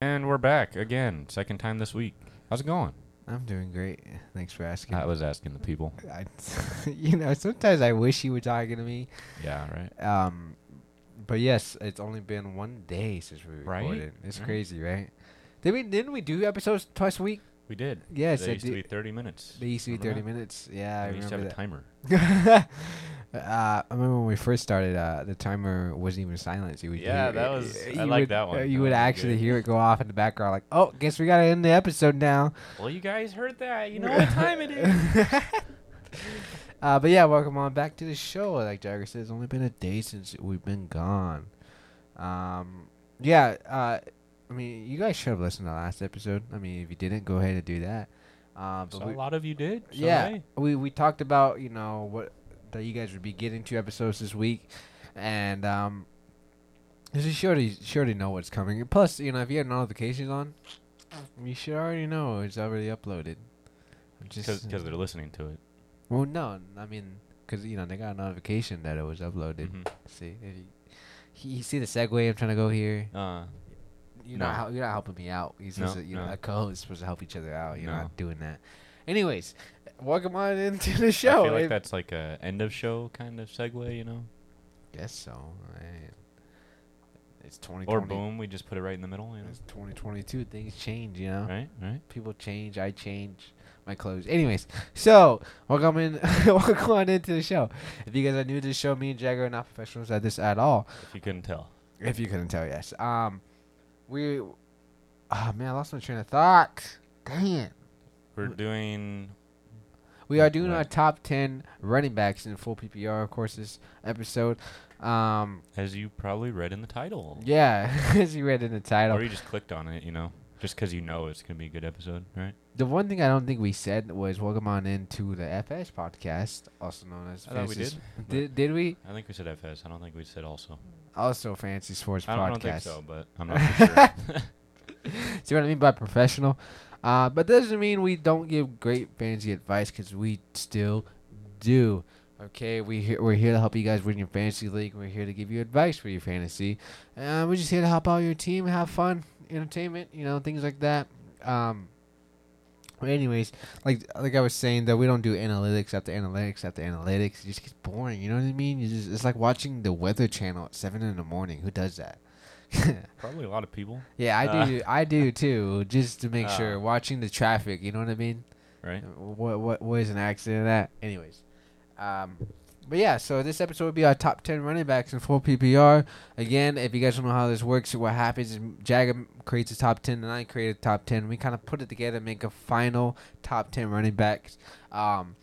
And we're back again, second time this week. How's it going? I'm doing great. Thanks for asking. I was asking the people. I, you know, sometimes I wish you were talking to me. Yeah, right. Um, but yes, it's only been one day since we Right? Mm-hmm. recorded. It's Right. crazy, right? Did we? Didn't we do episodes twice a week? We did. Yes, they I used to do- be 30 minutes. They used to be Remember 30 that? minutes. Yeah, I we used to remember have a that. timer. uh, I remember when we first started. Uh, the timer wasn't even silenced. You would Yeah, hear- that was- I you like would- that one. uh, That you was would good. actually hear it go off in the background, like, "Oh, guess we gotta end the episode now." Well, you guys heard that. You know what time it is. uh, but yeah, welcome on back to the show. Like Jagger said, it's only been a day since we've been gone. Um, yeah, uh, I mean, you guys should have listened to the last episode. I mean, if you didn't, go ahead and do that. Uh, So but a we, lot of you did. So yeah, hey. we we talked about you know what that you guys would be getting to episodes this week, and um, this is sure to sure to know what's coming. And plus, you know, if you have notifications on, you should already know it's already uploaded. I'm Because they're listening to it. well, no, I mean, cause you know they got a notification that it was uploaded. Mhm. See, if you, he- you see the segue I'm trying to go here. Uh, You're No. not hel- you're not helping me out. He's No, just a, you know no. a co-host supposed to help each other out. You're No. not doing that. Anyways, welcome on into the I show. feel like If- that's like a end of show kind of segue, you know? Guess so. Man. It's 2020. Or boom, we just put it right in the middle, you know? It's 2022. Things change, you know. Right, right. people change. I change my clothes. Anyways, so welcome in, welcome on into the show. If you guys are new to the show, me and Jagger are not professionals at this at all. If you couldn't tell. If you couldn't tell, yes. Um, we, oh man, I lost my train of thought. Dang. We're doing. We are doing our Right. top ten running backs in full PPR, of course, this episode. Um, As you probably read in the title. yeah, as you read in the title, Or you just clicked on it, you know? Just because you know it's going to be a good episode, right? the one thing I don't think we said was welcome on into the FS podcast, also known as. I thought we Fantasy did. Sp- Did did we? I think we said FS. I don't think we said also. also fancy sports I don't, I don't podcast. think so, but I'm not too sure. See what I mean by professional? Uh, but that doesn't mean we don't give great fantasy advice because we still do. Okay, we he- we're here to help you guys win your fantasy league. We're here to give you advice for your fantasy. Uh, we're just here to help out your team, have fun, entertainment, you know, things like that. Um, but anyways, like like I was saying, that we don't do analytics after analytics after analytics. It just gets boring. You know what I mean? It's, just, it's like watching the Weather Channel at seven in the morning. Who does that? Probably a lot of people, Yeah, I Uh, do. I do too. Just to make Oh. sure, watching the traffic. You know what I mean? right? What what what is an accident at? Anyways, um, but yeah. So this episode would be our top ten running backs in full PPR. Again, if you guys don't know how this works, what happens is Jagger creates a top ten, and I create a top ten. We kind of put it together, and make a final top ten running backs. Um.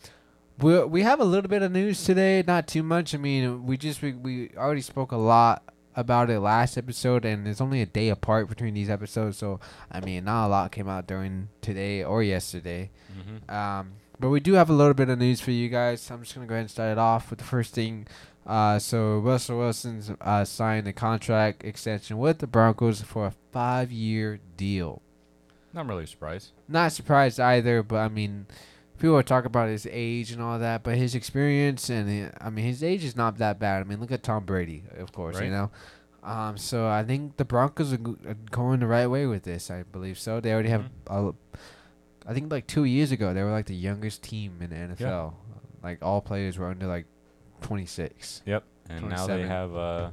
We we have a little bit of news today, not too much. I mean, we just we, we already spoke a lot about it last episode, and it's only a day apart between these episodes. So I mean, not a lot came out during today or yesterday. Mm-hmm. Um, but we do have a little bit of news for you guys. I'm just gonna go ahead and start it off with the first thing. Uh, so Russell Wilson's uh, signed a contract extension with the Broncos for a five-year deal Not really surprised. not surprised either, but I mean, people are talking about his age and all that, but his experience and uh, I mean, his age is not that bad. I mean, look at Tom Brady, of course, Right. you know. Um, so I think the Broncos are, go- are going the right way with this. I believe so. They already have, uh, I think, like two years ago, they were like the youngest team in the NFL. Like all players were under like twenty six. Yep. And now they 27. have uh,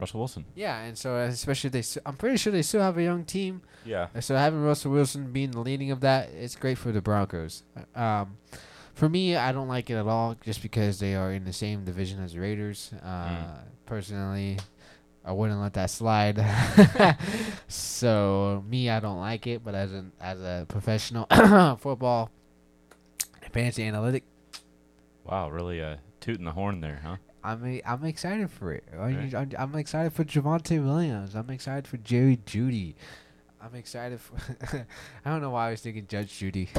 Russell Wilson. Yeah, and so uh, especially they, s- I'm pretty sure they still have a young team. Yeah. So having Russell Wilson being the leading of that, it's great for the Broncos. Um, for me, I don't like it at all, just because they are in the same division as the Raiders. Uh, Mm. Personally, I wouldn't let that slide. so me, I don't like it. But as an as a professional football fantasy analytic, Wow, really uh, tooting the horn there, huh? I'm e- I'm excited for it. I- Right. I'm, I'm excited for Javante Williams. I'm excited for Jerry Judy. I'm excited for. I don't know why I was thinking Judge Judy.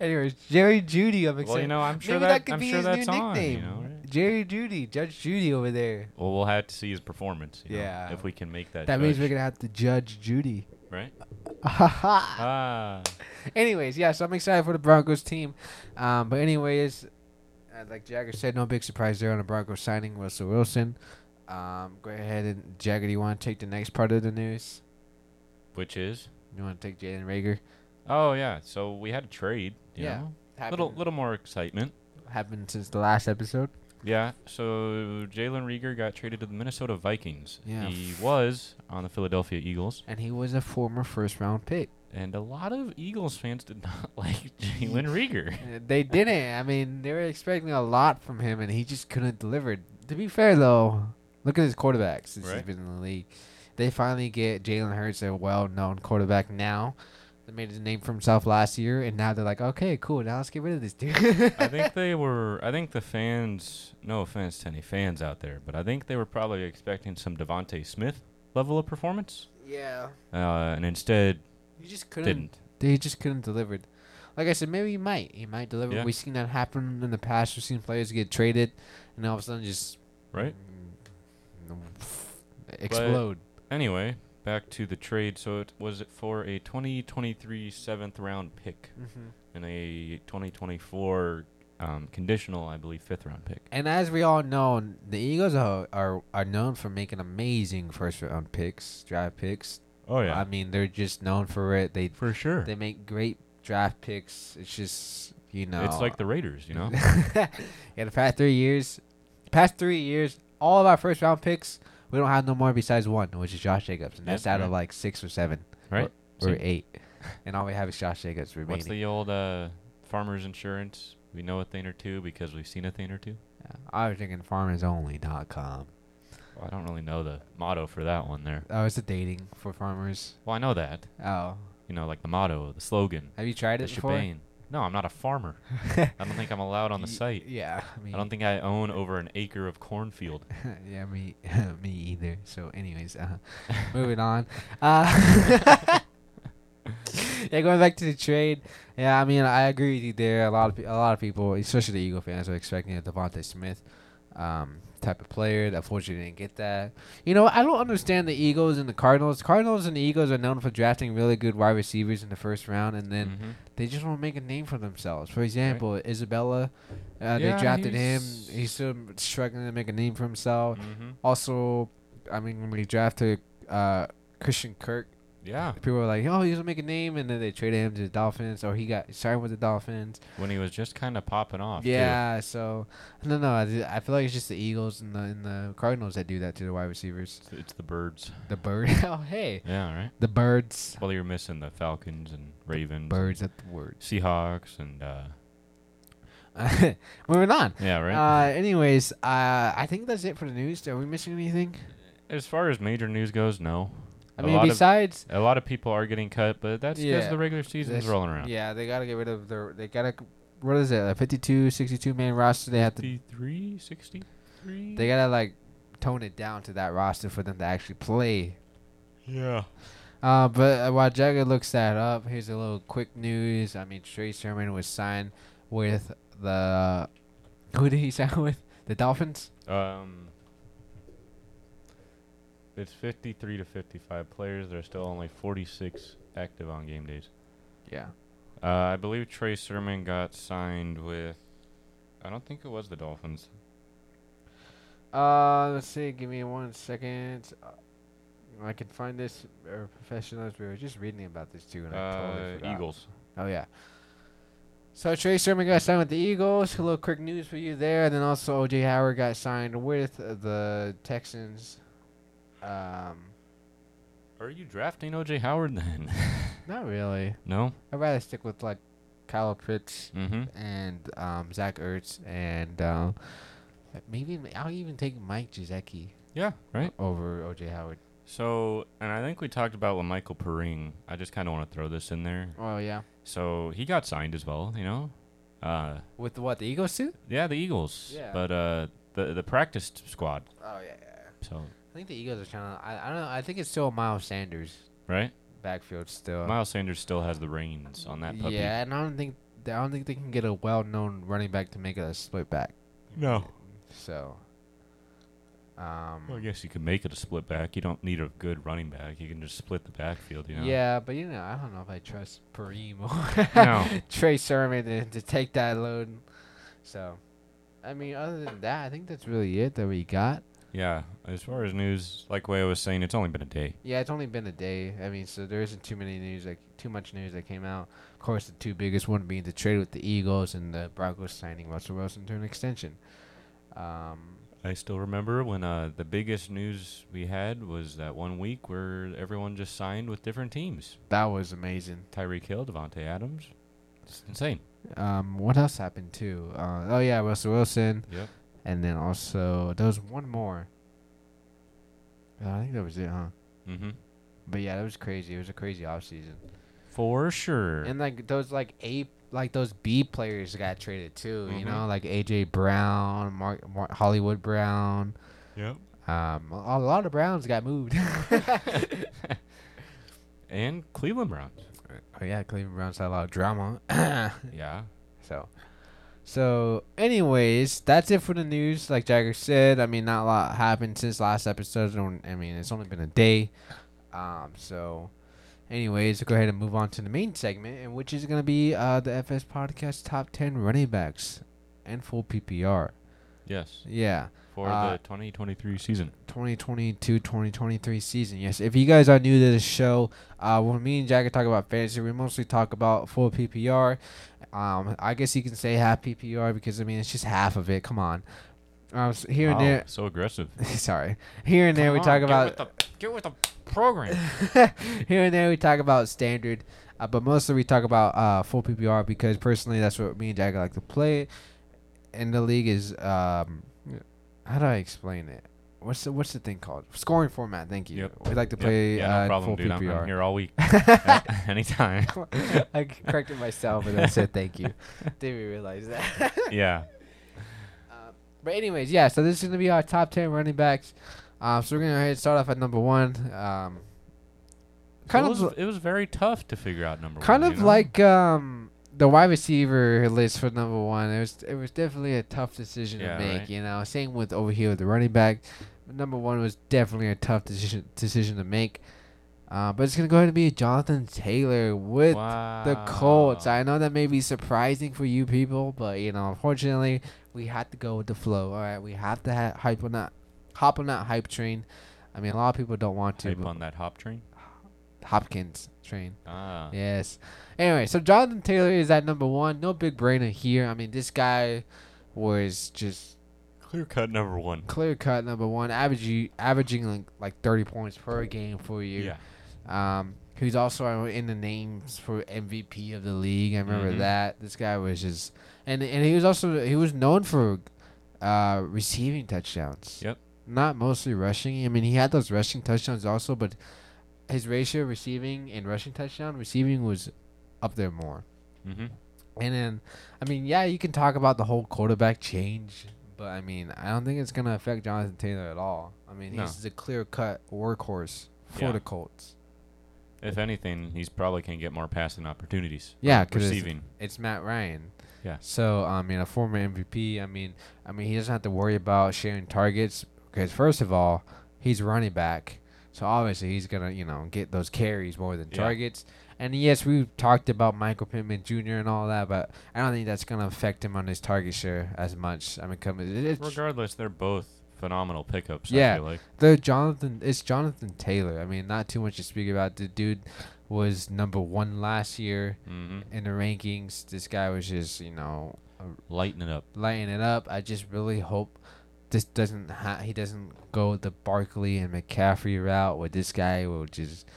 Anyways, Jerry Judy. I'm excited. Well, you know, I'm sure Maybe that, could I'm be sure his that's new on. nickname. You know, right? Jerry Judy, Judge Judy over there. Well, we'll have to see his performance. you know, Yeah. if we can make that. That means we're judge, gonna have to judge Judy. right. Ah, Anyways, yeah, so I'm excited for the Broncos team. Um, but anyways, uh, like Jagger said, no big surprise there on the Broncos signing Russell Wilson. Um, go ahead and Jagger, do you want to take the next part of the news? which is You want to take Jalen Rager? oh yeah. So we had a trade. You Yeah. Know? Happened, Little little more excitement. happened since the last episode. Yeah. So Jalen Rieger got traded to the Minnesota Vikings. Yeah. He was on the Philadelphia Eagles, And he was a former first round pick. and a lot of Eagles fans did not like Jalen Rieger. Uh, they didn't. I mean, they were expecting a lot from him, and he just couldn't deliver. To be fair, though, look at his quarterbacks since he's Right. been in the league. They finally get Jalen Hurts, a well-known quarterback now. That made his name for himself last year, and now they're like, okay, cool. Now let's get rid of this dude. I think they were. I think the fans. No offense to any fans out there, but I think they were probably expecting some Devonte Smith level of performance, yeah, uh, and instead he just couldn't. didn't. They just couldn't deliver. Like I said, maybe he might. He might deliver. Yeah. We've seen that happen in the past. We've seen players get traded, and all of a sudden just Right. mm, explode. Anyway, back to the trade. So it was it for a 2023 seventh round pick hmm and a 2024 um, conditional, I believe, fifth round pick. And as we all know, n- the Eagles are are, are known for making amazing first round um, picks, draft picks. Oh I mean, they're just known for it. They for sure. they make great draft picks. It's just you know, It's like the Raiders, you know. yeah, the past three years, past three years, all of our first round picks, we don't have no more besides one, which is Josh Jacobs, and Yep, that's out of right. like six or seven right? or So eight, and all we have is Josh Jacobs remaining. What's the old uh, farmers insurance? We know a thing or two because we've seen a thing or two. Yeah, I was thinking farmersonly.com. Well, I don't really know the motto for that one there. Oh, it's a dating for farmers. Well, I know that. Oh, You know, like the motto, the slogan, have you tried the it before? shebang. No, I'm not a farmer. I don't think I'm allowed on the Ye- site. Yeah, me, I don't think I own over an acre of cornfield. yeah, me, me either. So, anyways, uh, moving on. Uh, yeah, going back to the trade. Yeah, I mean, I agree with you there. A lot of pe- a lot of people, especially the Eagle fans, are expecting a Devontae Smith um, type of player. Unfortunately, didn't get that. You know, I don't understand the Eagles and the Cardinals. Cardinals and the Eagles are known for drafting really good wide receivers in the first round, and then Mhm. they just want to make a name for themselves. For example, Isabella, uh, they Yeah, drafted him. he's- He's still struggling to make a name for himself. Mhm. Also, I mean, when we drafted uh, Christian Kirk, Yeah, people were like, "Oh, he's gonna make a name," and then they traded him to the Dolphins, or he got signed with the Dolphins. when he was just kind of popping off. too. yeah, so no, no, I, I feel like it's just the Eagles and the and the Cardinals that do that to the wide receivers. It's, it's the birds. The bird, oh hey, Yeah, right. the birds, Well, you're missing the Falcons and Ravens, birds at the word. Seahawks, and uh, Moving on. yeah, right. Uh, anyways, uh, I think that's it for the news. Are we missing anything? as far as major news goes, no. I A mean, lot of- besides, A lot of people are getting cut, but that's because Yeah. the regular season's That's- rolling around. yeah, they gotta get rid of their. They gotta. What is it? A 52, 62 man roster. They have to. 53, 63? They gotta like tone it down to that roster for them to actually play yeah. Uh, but uh, while Jagger looks that up, here's a little quick news. I mean, Trey Sermon was signed with the. Who did he sign with? The Dolphins? Um, it's 53 to 55 players. There are still only 46 active on game days. Yeah. Uh, I believe Trey Sermon got signed with. I don't think it was the Dolphins. Uh, let's see. Give me one second. Uh, I can find this. Or professionals. We were just reading about this too, and I totally Uh, forgot. Eagles. Oh yeah. So Trey Sermon got signed with the Eagles. A little quick news for you there, and then also OJ Howard got signed with the Texans. Um, Are you drafting OJ Howard then? not really. no. I'd rather stick with like Kyle Pitts Mm-hmm. and um, Zach Ertz and uh, maybe I'll even take Mike Gesicki Yeah. Right. over OJ Howard. So, and I think we talked about with Michael Perrine. I just kind of want to throw this in there. Oh yeah, So he got signed as well. You know. Uh, with what the Eagles too? yeah, the Eagles. Yeah. But uh, the the practice squad. Oh yeah, yeah. So I think the Eagles are trying to. I, I don't know. I think it's still Miles Sanders right. backfield still. Miles Sanders still has the reins on that puppy. Yeah, and I don't think I don't think they can get a well-known running back to make it a split back. No. So, um, Well, I guess you could make it a split back. You don't need a good running back. You can just split the backfield. You know. yeah, but you know, I don't know if I trust Pareem or No. Trey Sermon to, to take that load. So, I mean, other than that, I think that's really it that we got. Yeah, as far as news, like way I was saying, it's only been a day. Yeah, it's only been a day. I mean, so there isn't too many news, like too much news that came out. Of course, the two biggest one being the trade with the Eagles and the Broncos signing Russell Wilson to an extension. Um, I still remember when uh, the biggest news we had was that one week where everyone just signed with different teams. that was amazing. Tyreek Hill, Devontae Adams. It's insane. Um, what else happened too? Uh, oh yeah, Russell Wilson, Yep. and then also there was one more. Uh, I think that was it, huh? Mm-hmm. But yeah, that was crazy. It was a crazy offseason. For sure. And like those like A like those B players got traded too, Mhm. you know, like AJ Brown, Mark, Mark Hollywood Brown. yep. Um, a a lot of Browns got moved. oh And Cleveland Browns. yeah, Cleveland Browns had a lot of drama. Yeah. so, so anyways, that's it for the news. Like Jagger said, I mean, not a lot happened since last episode. and I mean, it's only been a day. Um, so, anyways, go ahead and move on to the main segment, and which is gonna be uh the FS podcast top ten running backs and full PPR. Yes. Yeah. For Uh, the 2023 season. 2022-2023 season. Yes, if you guys are new to the show, uh, when me and Jagger talk about fantasy, we mostly talk about full PPR. Um, I guess you can say half PPR because I mean it's just half of it. Come on, um, s here and Wow, there. So aggressive. sorry, here and there we talk about Get with the program. here and there we talk about standard, uh, but mostly we talk about uh, full PPR because personally that's what me and Jagger like to play. And the league is um, how do I explain it? What's the what's the thing called? Scoring format. Thank you. Yep. We like to play yeah, uh, no problem, full dude. I'm, I'm PPR. here all week. Yeah, Anytime. I corrected myself and I said thank you. Didn't even realize that. Uh, Yeah. But anyways, yeah. So this is gonna be our top ten running backs. Um, so we're gonna go ahead and start off at number one. Um, kind it of was, it was very tough to figure out number kind one. of you know? like um the wide receiver list for number one. It was it was definitely a tough decision Yeah, to make. right. You know, same with over here with the running back. Number one was definitely a tough decision decision to make. Uh, but it's gonna go ahead and be Jonathan Taylor with the Colts. Wow. I know that may be surprising for you people, but you know, unfortunately, we had to go with the flow. All right, we have to ha- hype on that, hop on that hype train. I mean, a lot of people don't want to. Hype but on that hop train. Hopkins train. Ah. Yes. Anyway, so Jonathan Taylor is at number one. No big brainer here. I mean, this guy was just Clear cut number one. clear cut number one, averaging averaging like, like thirty points per game for you. Yeah. Um, he's also in the names for MVP of the league. I remember Mhm. that. This guy was just, and and he was also he was known for, uh, receiving touchdowns. Yep. Not mostly rushing. I mean, he had those rushing touchdowns also, but his ratio receiving and rushing touchdown receiving was up there more. Mm-hmm. And then, I mean, yeah, you can talk about the whole quarterback change, but I mean, I don't think it's gonna affect Jonathan Taylor at all. I mean, No. he's the clear cut workhorse for Yeah. the Colts. If anything, he's probably can get more passing opportunities. Yeah, 'cause it's- Receiving. it's Matt Ryan. Yeah. So I mean, a former MVP. I mean, I mean, he doesn't have to worry about sharing targets because first of all, he's running back, so obviously he's gonna you know get those carries more than Yeah. targets. And yes, we talked about Michael Pittman Jr. and all that, but I don't think that's gonna affect him on his target share as much. I mean, come it- it's Regardless, they're both phenomenal pickups. Yeah. I feel like. the Jonathan. It's Jonathan Taylor. I mean, not too much to speak about. The dude was number one last year Mm-hmm. in the rankings. This guy was just you know Lighten it up. lighten it up. I just really hope this doesn't ha- he doesn't go the Barkley and McCaffrey route where this guy will just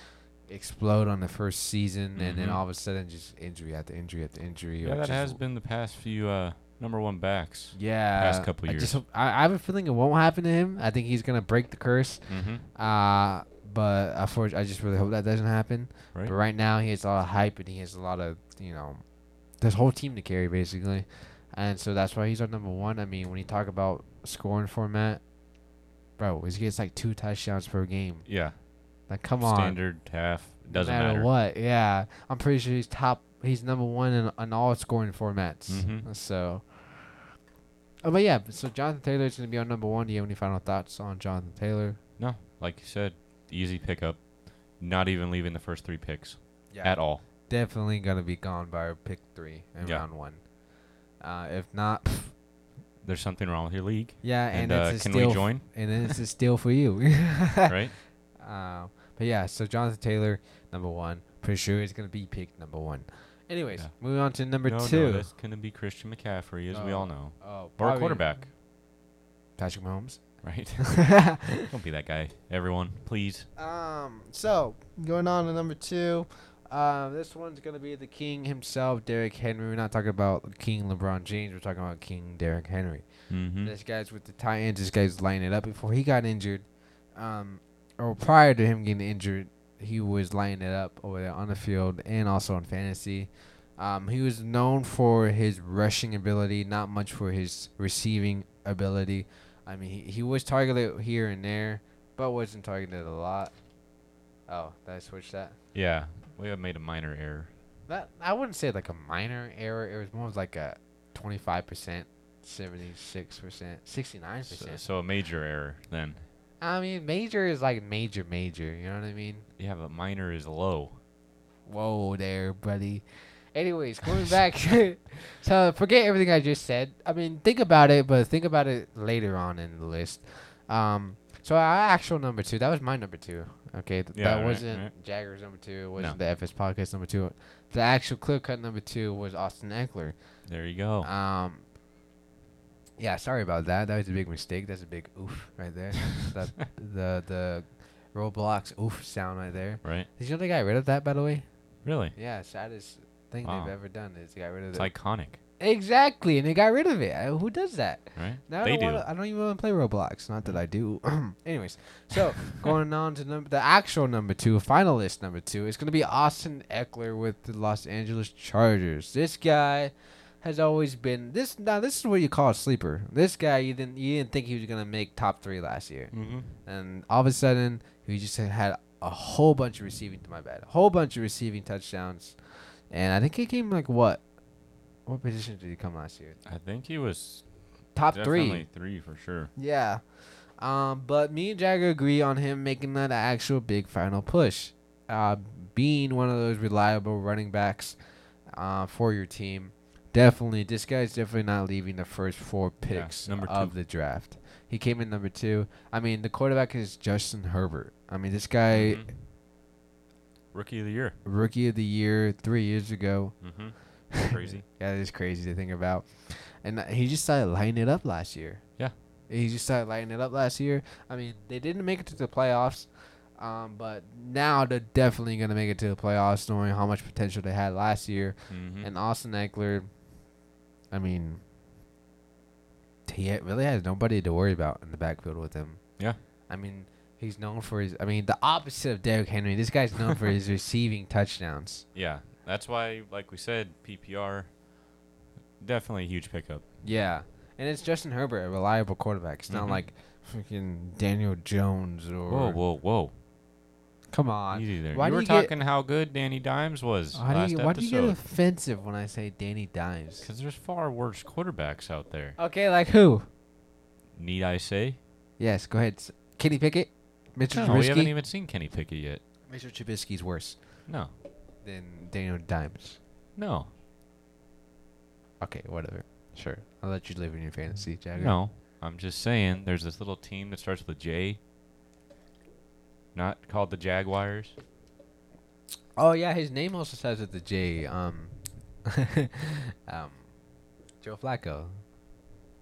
explode on the first season and then Mhm. all of a sudden just injury after injury after injury. Yeah, or that just- has been the past few uh, number one backs. yeah. past couple I just years. hope, I, I have a feeling it won't happen to him. I think he's gonna break the curse. Mm-hmm. Uh but I, for, I just really hope that doesn't happen. Right. But right now he has a lot of hype and he has a lot of you know this whole team to carry basically, and so that's why he's our number one. I mean, when you talk about scoring format, bro, he gets like two touchdowns per game. Yeah. Like, come on, Standard half doesn't no matter, matter. what. Yeah, I'm pretty sure he's top. He's number one in, in all scoring formats. Mhm. So. Oh, but yeah, so Jonathan Taylor is going to be our number one. Do you have any final thoughts on Jonathan Taylor? No, like you said, easy pickup. Not even leaving the first three picks Yeah. at all. definitely gonna be gone by pick three in Yeah. round one. Uh, if not, pff, there's something wrong with your league, Yeah, and, and, uh, it's a can steal we join? and then it's a steal for you. right? Um, but yeah, so Jonathan Taylor, number one, pretty sure is gonna be picked number one. Anyways, Yeah. moving on to number no, two. no, that's gonna be Christian McCaffrey, as we all Oh. know, oh, or a probably quarterback, Patrick Mahomes. right? Don't be that guy, everyone, please. Um, so going on to number two, uh, this one's gonna be the king himself, Derrick Henry. We're not talking about King LeBron James. We're talking about King Derrick Henry. Mm-hmm. This guy's with the Titans. This guy's lining it up before he got injured, um, or prior to him getting injured, he was lining it up over there on the field and also in fantasy. Um, he was known for his rushing ability, not much for his receiving ability. I mean, he, he was targeted here and there, but wasn't targeted a lot. Oh, did I switch that? Yeah, we have made a minor error. That I wouldn't say like a minor error. It was more of like a twenty-five percent, seventy-six percent, sixty-nine So, percent. so a major error then. I mean, major is like major, major. You know what I mean? Yeah, but minor is low. Whoa there, buddy. Anyways, coming back. so forget everything I just said. I mean, think about it, but think about it later on in the list. Um, so our actual number two, that was my number two. Okay, th- Yeah, that right, wasn't right. Jagger's number two. It wasn't the FS podcast number two. The actual clear cut number two was Austin Eckler. There you go. Um. Yeah, sorry about that. That was a big mistake. That's a big oof right there. the the the Roblox oof sound right there. right? Did you know they got rid of that by the way? Really? Yeah, saddest thing Wow. they've ever done is they got rid of It's it. iconic, exactly, and they got rid of it. I, who does that? right? Now I they don't do. Mm. Wanna, I don't even want to play Roblox. Not that I do. Anyways, so going on to number the actual number two, finalist number two is going to be Austin Eckler with the Los Angeles Chargers. This guy has always been this. Now this is what you call a sleeper. This guy you didn't you didn't think he was going to make top three last year, Mm-hmm. and all of a sudden he just had a whole bunch of receiving. My bad, a whole bunch of receiving touchdowns, and I think he came like what? What position did he come last year? I think he was Top three. definitely three for sure. Yeah. Um, but me and Jagger agree on him making that actual big final push. Uh, being one of those reliable running backs uh, for your team. Definitely, this guy's definitely not leaving the first four Yeah, picks number of two. the draft. He came in number two. I mean, the quarterback is Justin Herbert. I mean, this guy, Mhm. Rookie of the year. rookie of the year three years ago. Mm-hmm. Crazy. That is crazy to think about. And uh, he just started lighting it up last year. Yeah. He just started lighting it up last year. I mean, they didn't make it to the playoffs, um, but now they're definitely going to make it to the playoffs knowing how much potential they had last year. Mm-hmm. And Austin Eckler, I mean, he ha- really has nobody to worry about in the backfield with him. Yeah. I mean, he's known for his. I mean, the opposite of Derrick Henry. This guy's known for his receiving touchdowns. yeah, that's why, like we said, PPR definitely a huge pickup. Yeah, and it's Justin Herbert, a reliable quarterback. It's not Mhm. like freaking Daniel Jones or. Whoa, whoa, whoa! Come on. Easy there. why you do were you get- talking how good Danny Dimes was How last do you, why do you get episode. offensive when I say Danny Dimes? Because there's far worse quarterbacks out there. Okay, like who? Need I say? Yes, go ahead. S- Kenny Pickett, Mitchell No, we haven't Trubisky. even seen Kenny Pickett yet. Mitchell Trubisky's worse No, than Daniel Dimes. no, Okay, whatever. Sure, I'll let you live in your fantasy, Jagger. no. I'm just saying, there's this little team that starts with a J. Not called the Jaguars. Oh yeah, his name also starts with the J. Um, um, Joe Flacco.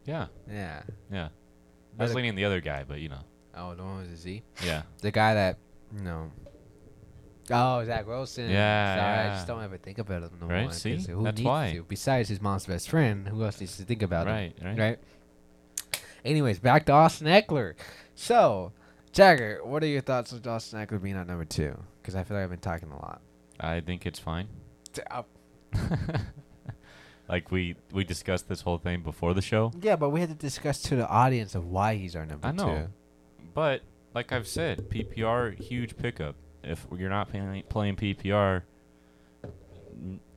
Yeah, Yeah. yeah. I was Better- leaning the other guy, but you know, Oh, the one with the Z. yeah. The guy that no. Oh, Zach Wilson. Yeah, Sorry, I yeah. just don't ever think about him no Right, more. 'cause see? Who That's needs why. to? Besides his mom's best friend, who else needs to think about him? Right, right. Right. Anyways, back to Austin Eckler. So, Jagger, what are your thoughts on Austin Eckler being at number two? Because I feel like I've been talking a lot. I think it's fine. D- uh, like we we discussed this whole thing before the show, Yeah, but we had to discuss to the audience of why he's our number I know. two. but like I've said, PPR huge pickup. If you're not playing playing PPR, a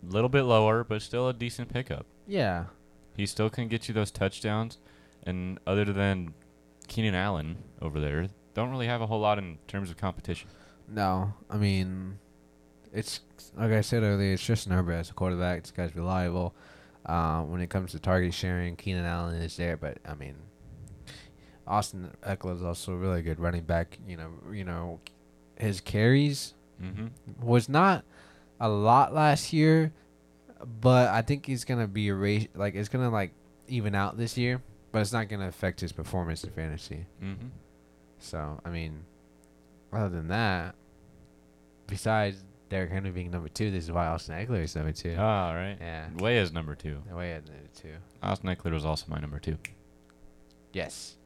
little bit lower, but still a decent pickup. Yeah. He still can get you those touchdowns, and other than Keenan Allen over there, don't really have a whole lot in terms of competition. No, I mean, it's like I said earlier. It's Justin Herbert as a quarterback. This guy's reliable. Uh, when it comes to target sharing, Keenan Allen is there, but I mean, Austin Eckler is also a really good running back. You know, you know, his carries Mm-hmm. was not a lot last year, but I think he's gonna be a ra- like it's gonna like even out this year, but it's not gonna affect his performance in fantasy. Mm-hmm. So I mean, other than that, besides Derrick Henry being number two, this is why Austin Eckler is number two. All right. Yeah, Way is number two. the way I number two. Austin Eckler was also my number two. Yes.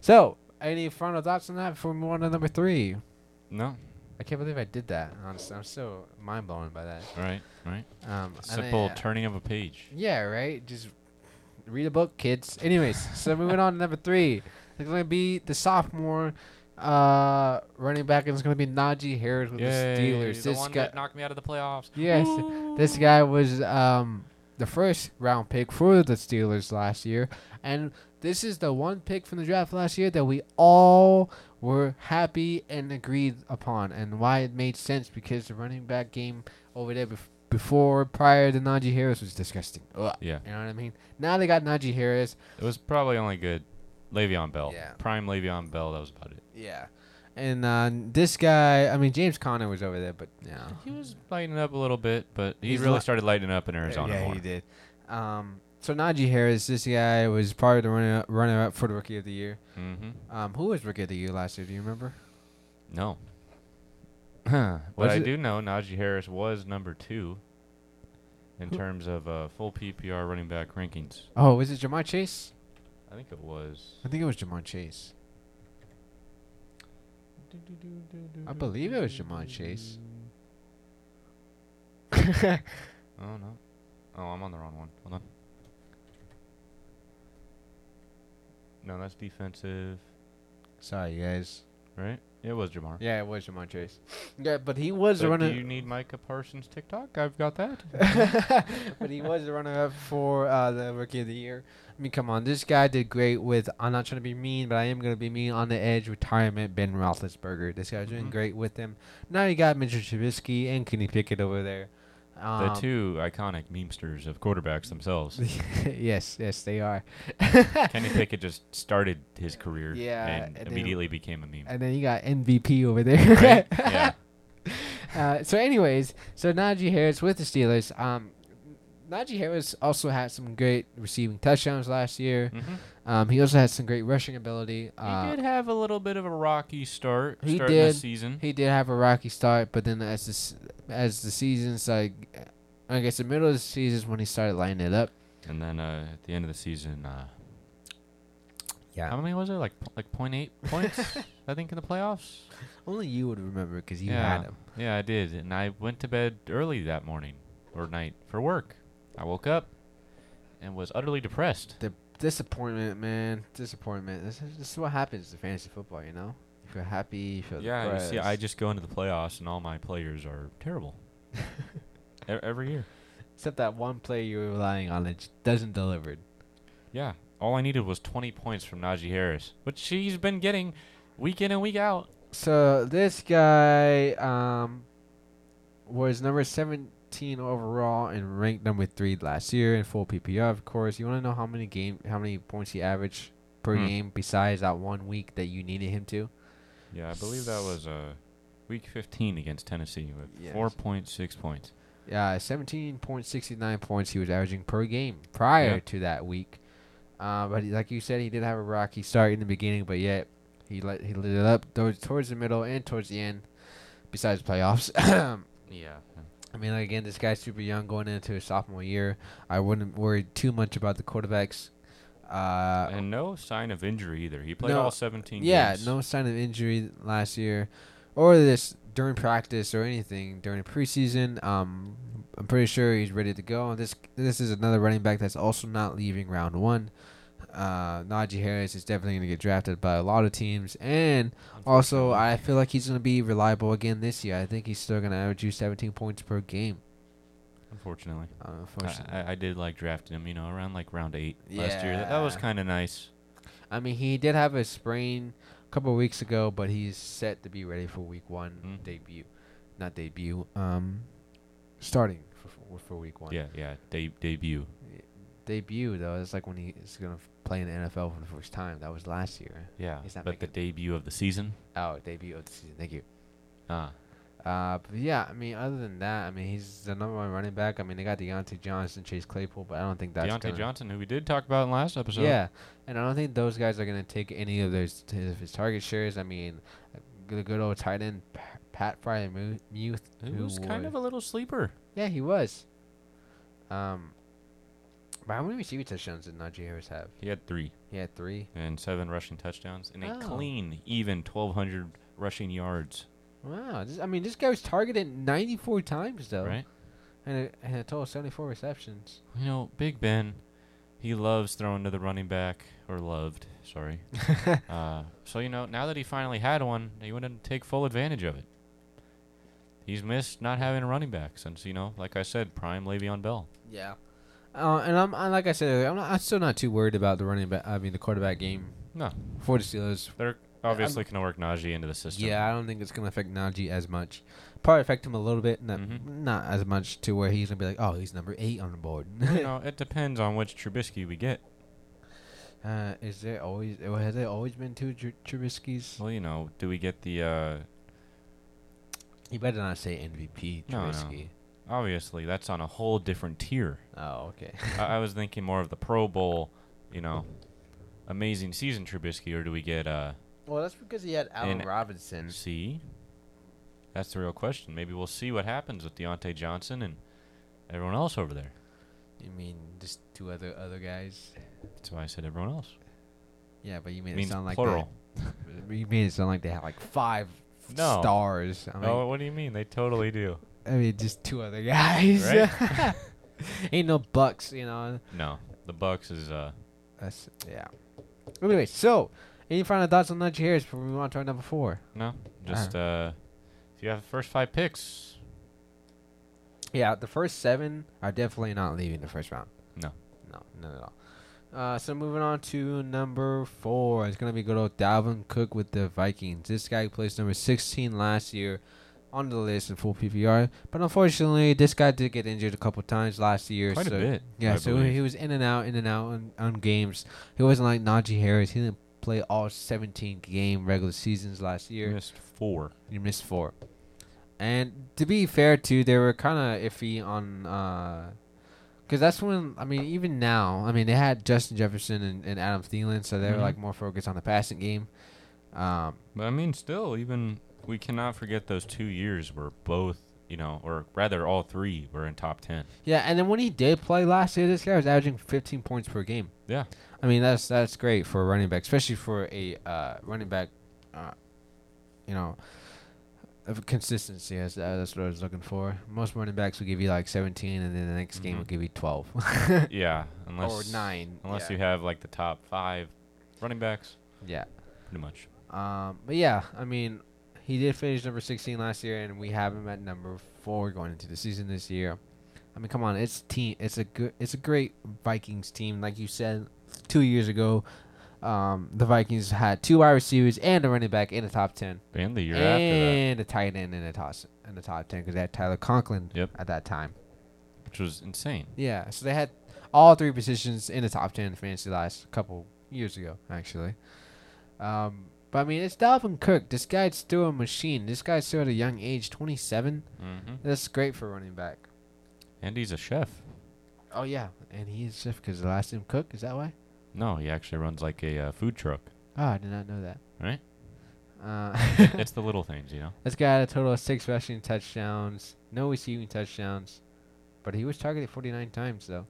So any final thoughts on that before we move on to number three? No. I can't believe I did that. Honestly, I'm so mind blown by that. Right. Right. Um, and Simple I- turning of a page. Yeah, right. Just read a book, kids. Anyways, so moving on to number three. It's gonna be the sophomore uh, running back, and it's gonna be Najee Harris with the Steelers. The this one guy, that knocked me out of the playoffs. yes, this guy was um, the first round pick for the Steelers last year, and this is the one pick from the draft last year that we all were happy and agreed upon, and why it made sense because the running back game over there bef- before prior to Najee Harris was disgusting. Ugh. Yeah. You know what I mean? Now they got Najee Harris. It was probably only good. Le'Veon Bell. Yeah. Prime Le'Veon Bell. That was about it. Yeah. And uh, this guy, I mean, James Conner was over there, but yeah. He was lighting up a little bit, but he He's really not- started lighting up in Arizona yeah, more. he did. Um, so Najee Harris, this guy was probably the runner up, runner up for the Rookie of the Year. Mm-hmm. Um, who was Rookie of the Year last year? Do you remember? No. but Was I it- do know Najee Harris was number two in Who- terms of uh, full PPR running back rankings. Oh, was it Jamar Chase? I think it was. I think it was Jamar Chase. I believe it was Jamar Chase. Oh no. Oh, I'm on the wrong one. Hold on. No, that's defensive, Sorry, guys. right? It was Jamar. Yeah, it was Jamar Chase. Yeah, but he was the But runner. do you need Micah Parsons TikTok? I've got that. but he was the runner-up for uh, the rookie of the year. I mean, come on, this guy did great with. I'm not trying to be mean, but I am going to be mean on the edge retirement. Ben Roethlisberger, this guy's doing Mhm. great with him. Now you got Mitchell Trubisky and Kenny Pickett over there. Um, the two iconic memesters of quarterbacks themselves. yes, yes, they are. Kenny Pickett just started his career Yeah, and and, then- immediately became a meme. And then you got MVP over there. right? yeah. Uh, so, anyways, so Najee Harris with the Steelers. Um, Najee Harris also had some great receiving touchdowns last year. Mm-hmm. Um, he also has some great rushing ability. he Uh, did have a little bit of a rocky start He starting the did. season. he did have a rocky start, but then as the s as the seasons like, I guess the middle of the season is when he started lining it up. And then uh, at the end of the season, uh, Yeah. how many was it? Like p- like point eight points, I think, in the playoffs. Only you would remember because you Yeah. had him. Yeah, I did, and I went to bed early that morning or night for work. I woke up and was utterly depressed. Disappointment, man. Disappointment. This is, this is what happens to fantasy football. You know, you feel happy, you feel Yeah, you see, I depressed. just go into the playoffs and all my players are terrible. E- Every year. except that one play you were relying on that just doesn't deliver. Yeah, all I needed was 20 points from Najee Harris, which she's been getting week in and week out. So this guy um was number 17 overall and ranked number 3 last year in full PPR of course. You want to know how many game how many points he averaged per Hmm. game besides that one week that you needed him to? Yeah, I believe that was uh, week 15 against Tennessee with Yes. 4.6 points. Yeah, 17.69 points he was averaging per game prior Yeah. to that week. Uh, but he- like you said, he did have a rocky start in the beginning, but yet he let he lit it up towards towards the middle and towards the end. Besides playoffs, Yeah. I mean, like, again, this guy's super young going into his sophomore year. I wouldn't worry too much about the quarterbacks. Uh, And no sign of injury either. He played No, all 17 yeah, games. no sign of injury last year, or this during practice or anything during the preseason. Um, I'm pretty sure he's ready to go. And this this is another running back that's also not leaving round one. Uh, Najee Harris is definitely going to get drafted by a lot of teams, and also I feel like he's going to be reliable again this year. I think he's still going to average you 17 points per game. Unfortunately. Uh, I, unfortunately. I- I did like drafting him, you know, around like round eight last year. That, that was Yeah. kind of nice. I mean, he did have a sprain a couple of weeks ago, but he's set to be ready for week one Mm. debut. Not debut. Um, starting for for week one. Yeah, yeah. De- debut. debut though. It's like when he is gonna f- play in the NFL for the first time. That was last year. Yeah, He's not but the debut of the season. Oh, debut of the season. Thank you. Ah, Uh, but yeah, I mean, other than that, I mean, he's the number one running back. I mean, they got Deontay Johnson, Chase Claypool, but I don't think that's Deontay gonna, Johnson, who we did talk about in last episode. Yeah, and I don't think those guys are gonna take any of those t- of his target shares. I mean, the good old tight end Pa- Pat Fryer Muth. He who was kind would- of a little sleeper. Yeah, he was. Um, but how many receiving touchdowns did Najee Harris have? He had three He had three. and seven rushing touchdowns and a Oh. clean, even 1,200 rushing yards. Wow, this, I mean, this guy was targeted 94 times though, Right? and a, and a total of 74 receptions. You know, Big Ben, he loves throwing to the running back, or loved, sorry. uh, so, you know, now that he finally had one, he wouldn't take full advantage of it. He's missed not having a running back since, you know, like I said, prime Le'Veon Bell. Yeah. Uh, and I'm, i like I said, earlier, I'm, not, I'm still not too worried about the running back. I mean, the quarterback game No, for the Steelers. they're I'm- obviously going to work Najee into the system. Yeah, I don't think it's gonna affect Najee as much. Probably affect him a little bit, not, Mhm. not as much to where he's gonna be like, oh, he's number eight on the board. you know, it depends on which Trubisky we get. uh, is there always? Has there always been two Tr- Trubisky's? Well, you know, do we get the uh You better not say MVP No, no. Trubisky. obviously that's on a whole different tier. Oh, okay. I, I was thinking more of the Pro Bowl, you know, amazing season Trubisky, or do we get uh well, that's because he had Allen And- Robinson. see? That's the real question. Maybe we'll see what happens with Deontay Johnson and everyone else over there. You mean just two other other guys? That's why I said everyone else. Yeah, but you made It it, means sound like they- plural. You made it sound like they had like five No. stars. I mean, No, what do you mean? They totally do. I mean, just two other guys. Right? Ain't no bucks, you know. No, the Bucks is uh That's yeah. Anyway, so any final thoughts on Najee Harris before we move on to our number four? no, just uh if you have the first five picks, Yeah, the first seven are definitely not leaving the first round. No. no, not at all. Uh, so moving on to number four, it's gonna be good old Dalvin Cook with the Vikings. This guy placed number sixteen last year on the list in full PPR, but unfortunately, this guy did get injured a couple times last year. quite so a bit. Yeah, I so believe. he was in and out, in and out on, on games. He wasn't like Najee Harris. He didn't play all 17 game regular seasons last year. missed four. You missed four. And to be fair, too, they were kind of iffy on. Because that's when, I mean, even now, I mean, they had Justin Jefferson and, and Adam Thielen, so they Mhm. were like more focused on the passing game. Um, But I mean, still, even we cannot forget those two years where both, you know, or rather all three were in top 10. yeah, and then when he did play last year, this guy was averaging 15 points per game. Yeah. I mean, that's that's great for a running back, especially for a uh, running back. Uh, you know, of consistency. That's, uh, that's what I was looking for. Most running backs will give you like 17, and then the next game will Mhm. give you 12 yeah. Unless, or nine. Unless yeah. you have like the top five running backs, yeah. pretty much. Um, but yeah, I mean, he did finish number 16 last year, and we have him at number four going into the season this year. I mean, come on, it's team. It's a good. It's a great Vikings team, like you said two years ago. Um, the Vikings had two wide receivers and a running back in the top ten, And the year after and a tight end in the top in the top ten because they had Tyler Conklin Yep. at that time. that, which was insane. Yeah, so they had all three positions in the top ten in fantasy last couple years ago, actually. Um, but I mean, it's Dalvin Cook. This guy's still a machine. This guy's still at a young age, 27. hmm That's great for running back. And he's a chef. Oh yeah, and he is shift because the last name Cook is that why? No, he actually runs like a uh, food truck. Oh, I did not know that. Right. Uh, it's the little things, you know? this guy had a total of six rushing touchdowns, no receiving touchdowns, but he was targeted 49 times though.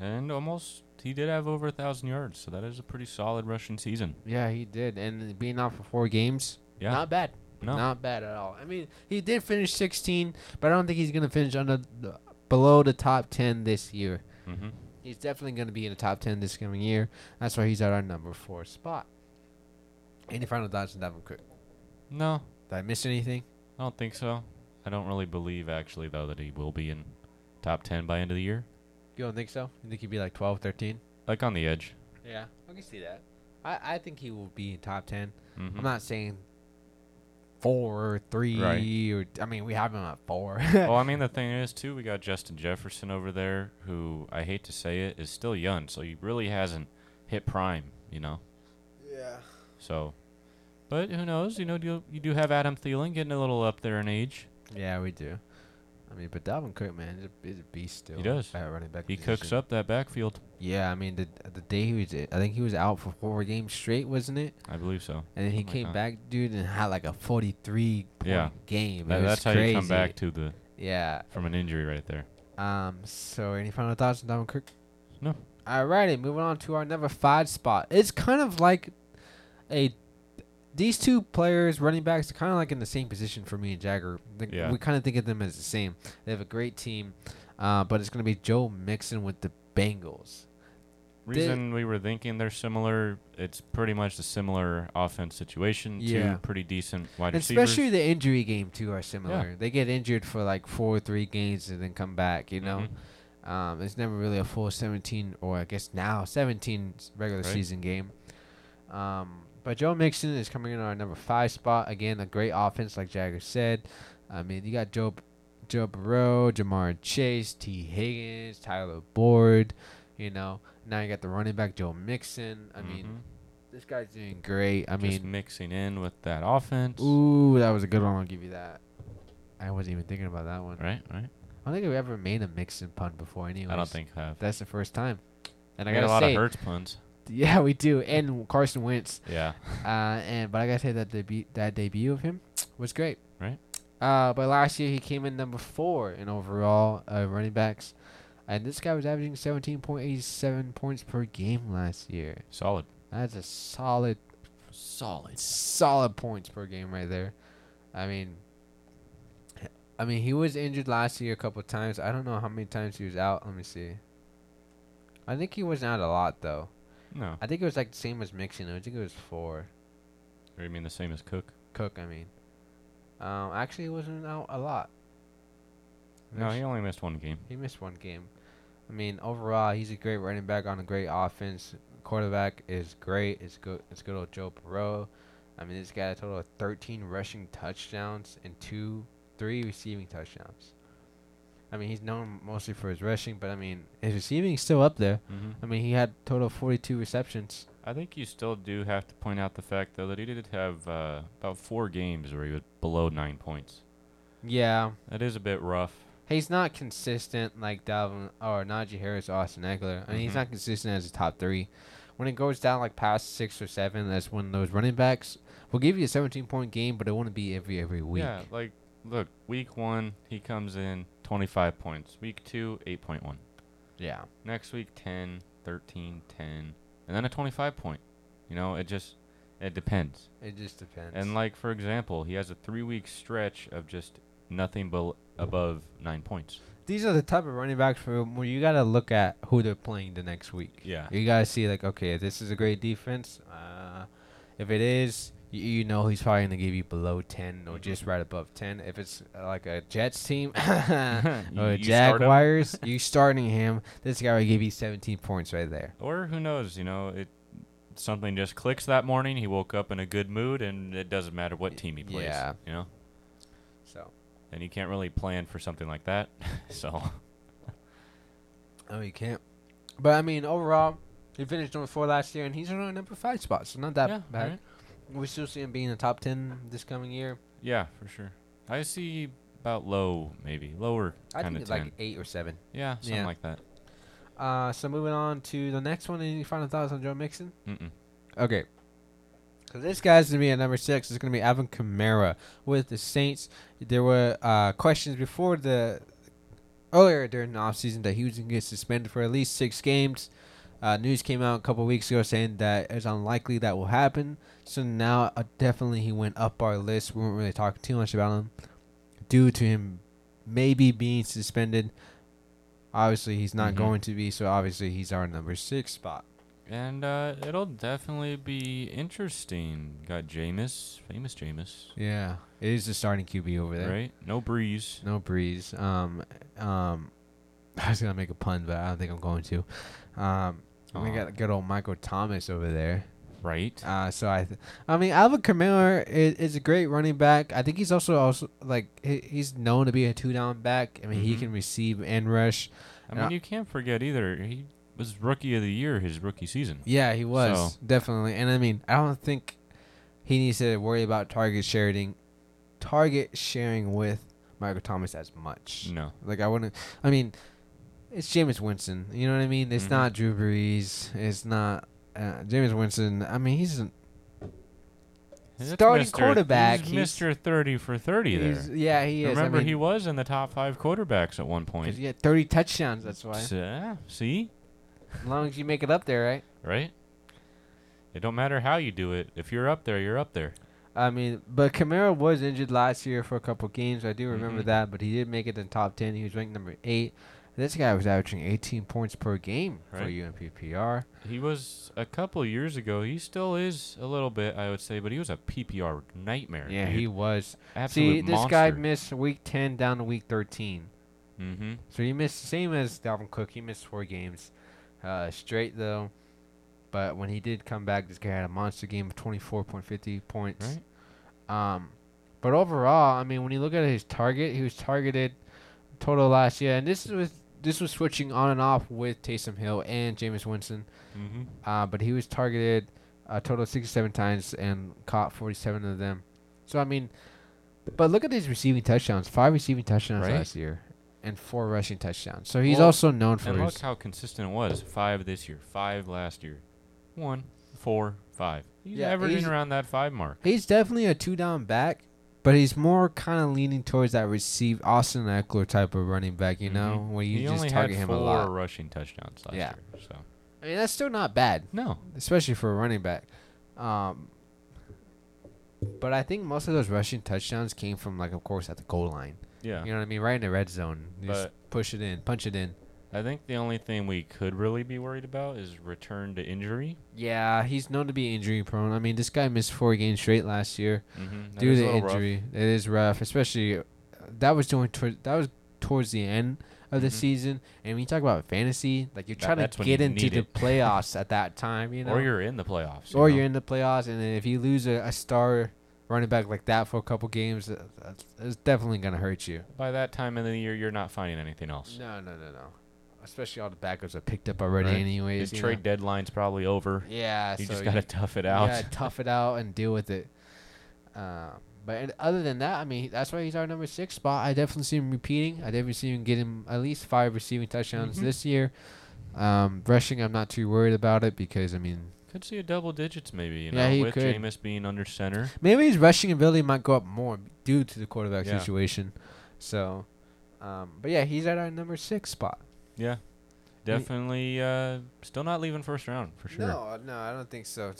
And almost, he did have over a 1,000 yards, so that is a pretty solid rushing season. Yeah, he did, and being out for four games, Yeah. not bad. no. Not bad at all. I mean, he did finish 16, but I don't think he's going to finish under the, below the top 10 this year. hmm He's definitely going to be in the top 10 this coming year. That's why he's at our number four spot. Any final thoughts on Dalvin Cook? No, Did I miss anything? I don't think so. I don't really believe actually though that he will be in top 10 by end of the year. You don't think so? You think he'd be like 12, 13? Like on the edge. Yeah, I can see that. I, I think he will be in top 10. Mm-hmm. I'm not saying four or three. Right. Or I mean, we have him at four. well, I mean, the thing is, too, we got Justin Jefferson over there, who I hate to say it is still young, so he really hasn't hit prime, you know. yeah. So, but who knows? You know, you, you do have Adam Thielen getting a little up there in age. Yeah, we do. I mean, but Dalvin Cook, man, is a, is a beast still. does. At running back. He cooks position. up that backfield. Yeah, I mean, the the day he was, I think he was out for four games straight, wasn't it? I believe so. And then he Something like came that. back, dude, and had like a 43 point Oh Yeah. game. That- it was that's how crazy. you come back to the Yeah. from an injury right there. Um. So, any final thoughts on Dalvin Cook? No. Alrighty, moving on to our number five spot. It's kind of like a these two players, running backs, are kind of like in the same position for me and Jagger. Like, Yeah. We kind of think of them as the same. They have a great team, uh, but it's going to be Joe Mixon with the Bengals. Reason we were thinking they're similar, it's pretty much the similar offense situation. Yeah. Two pretty decent wide receivers. Especially the injury game too are similar. They get injured for like four or three games and then come back. You Mm-hmm. know, um, it's never really a full seventeen or I guess now seventeen s- regular Right. season game. Um, but Joe Mixon is coming in our number five spot again. A great offense, like Jagger said. I mean, you got Joe, Joe Burrow, Jamar Chase, T. Higgins, Tyler Boyd. You know, now you got the running back Joe Mixon. I mean, this guy's doing great. I mean, Mm-hmm. just mixing in with that offense. Ooh, that was a good one. I'll give you that. I wasn't even thinking about that one. Right, right. I don't think we ever made a mix and pun before, anyway. I don't think I have. that's the first time. And I got gotta a lot say, of Hurts puns. yeah, we do. And Carson Wentz. Yeah. Uh, and but I gotta say that debut, that debut of him was great. Right. Uh, but last year he came in number four in overall uh, running backs, and this guy was averaging seventeen point eight seven points per game last year. Solid. That's a solid Solid. solid points per game right there. I mean, I mean he was injured last year a couple times. I don't know how many times he was out. Let me see. I think he wasn't out a lot though. No. I think it was like the same as mixing. I think it was four. Or you mean the same as Cook? Cook, I mean. Um, actually, he wasn't out a lot. No, Mix- he only missed one game. He missed one game. I mean, overall, he's a great running back on a great offense. Quarterback is great. It's good. It's good old Joe Burrow. I mean, this guy had a total of 13 rushing touchdowns and two, three receiving touchdowns. I mean, he's known mostly for his rushing, but I mean, his receiving is still up there. Mm-hmm. I mean, he had a total of 42 receptions. I think you still do have to point out the fact, though, that he did have uh, about four games where he was below nine points. Yeah, That is a bit rough. he's not consistent like Dalvin or Najee Harris, Austin Eckler. I mean, he's Mhm. not consistent as a top three. When it goes down like past six or seven, that's when those running backs will give you a 17 point game, but it wouldn't be every every week. Yeah, like, look, week one, he comes in 25 points. Week two, 8.1. Yeah. Next week, 10, 13, 10, and then a 25 point. You know, it just, it depends. It just depends. And, like, for example, he has a three week stretch of just nothing bel- above nine points. these are the type of running backs for where you gotta look at who they're playing the next week. Yeah. You gotta see like, okay, this is a great defense. Uh, if it is, you, you know he's probably gonna give you below ten or Mhm. just right above ten. If it's uh, like a Jets team, You- you or start him. Oh, Jaguars, you starting him. This guy will give you 17 points right there. Or who knows, you know, it something just clicks that morning, he woke up in a good mood and it doesn't matter what team he plays. Yeah. You know? So, And you can't really plan for something like that. so oh, you can't. But I mean, overall, he finished number four last year, and he's around number five spot, so not that yeah, bad. alright. We still see him being in the top 10 this coming year. Yeah, for sure. I see about low, maybe. Lower I kind think of it's ten. like eight or seven. yeah, something yeah. like that. Uh, so moving on to the next one. Any final thoughts on Joe Mixon? Mm-mm. Okay. So this guy's gonna be at number six. It's gonna be Alvin Kamara with the Saints. There were uh, questions before the earlier during the offseason that he was gonna get suspended for at least six games. Uh, news came out a couple weeks ago saying that it's unlikely that will happen. So now uh, definitely he went up our list. We weren't really talking too much about him due to him maybe being suspended. Obviously he's not Mhm. going to be. So obviously he's our number six spot. And uh, it'll definitely be interesting. Got Jameis, famous Jameis. Yeah, it is the starting QB over there. Right? No breeze. No breeze. Um, um, I was gonna make a pun, but I don't think I'm going to. Um, we Aw. got good old Michael Thomas over there. Right. Uh, so I, th- I mean, Alvin Kamara is, is a great running back. I think he's also also like he, he's known to be a two down back. I mean, he Mhm. can receive and rush. I mean, you can't forget either. He was rookie of the year his rookie season. Yeah, he was So- definitely. And I mean, I don't think he needs to worry about target sharing, target sharing with Michael Thomas as much. No. Like I wouldn't. I mean, it's Jameis Winston. You know what I mean? It's Mhm. not Drew Brees. It's not uh, Jameis Winston. I mean, he's an, That's Starting Mr. quarterback, He's he's- Mr. 30 for 30 he's, there. yeah, he is. Remember, I mean, he was in the top five quarterbacks at one point. he had thirty touchdowns. That's why. So, yeah, see? As long as you make it up there, right? Right? It don't matter how you do it. If you're up there, you're up there. I mean, but Kamara was injured last year for a couple games. I do remember Mhm. that, but he did make it in top ten. He was ranked number eight. This guy was averaging 18 points per game for Right. you in PPR. He was a couple years ago. He still is a little bit, I would say, but he was a PPR nightmare. Yeah, dude. he was. absolute See, this guy missed week 10 down to week 13. mm-hmm. So he missed same as Dalvin Cook. He missed four games uh, straight though. But when he did come back, this guy had a monster game of 24.50 points. Right. Um, but overall, I mean, when you look at his target, he was targeted total last year, and this is with this was switching on and off with Taysom Hill and Jameis Winston. Mm-hmm. Uh, but he was targeted a total of 67 times and caught 47 of them. So I mean, but look at his receiving touchdowns. Five receiving touchdowns Right. last year, and four rushing touchdowns. So he's Well, also known for And his. look how consistent it was. Five this year, five last year, one, four, five. He's Yeah, averaging he's- around that five mark. He's definitely a two down back, but he's more kind of leaning towards that receive Austin Eckler type of running back. You know, Mhm. where you he just only target had him four a lot. rushing touchdowns last Yeah. year. So I mean, that's still not bad, no, especially for a running back. Um, but I think most of those rushing touchdowns came from like, of course, at the goal line. yeah. You know what I mean? Right in the red zone. You Just But- push it in, punch it in. I think the only thing we could really be worried about is return to injury. Yeah, he's known to be injury prone. I mean, this guy missed four games straight last year Mm-hmm. due to injury. It is rough, especially uh, that was doing toward that was towards the end of the Mhm. season. And when you talk about fantasy, like you're That- trying that's to when you get into need the it. playoffs at that time, you know. or you're in the playoffs. you or know? you're in the playoffs, and then if you lose a, a star running back like that for a couple games, uh, that's- it's definitely gonna hurt you. by that time of the year, you're not finding anything else. No, no, no, no. Especially all the backups are picked up already, Right. anyways. the you know? trade deadline's probably over. Yeah, You so just gotta tough it out. Yeah, tough it out and deal with it. Uh, but and other than that, I mean, that's why he's our number six spot. I definitely see him repeating. I definitely see him getting at least five receiving touchdowns Mhm. this year. Um, rushing, I'm not too worried about it because I mean, Could see a double digits maybe. You Yeah, know, he with could. Jameis being under center. maybe his rushing ability might go up more due to the quarterback Yeah. situation. So, um, but yeah, he's at our number six spot. Yeah. Definitely uh, still not leaving first round for sure. No, no, I don't think so.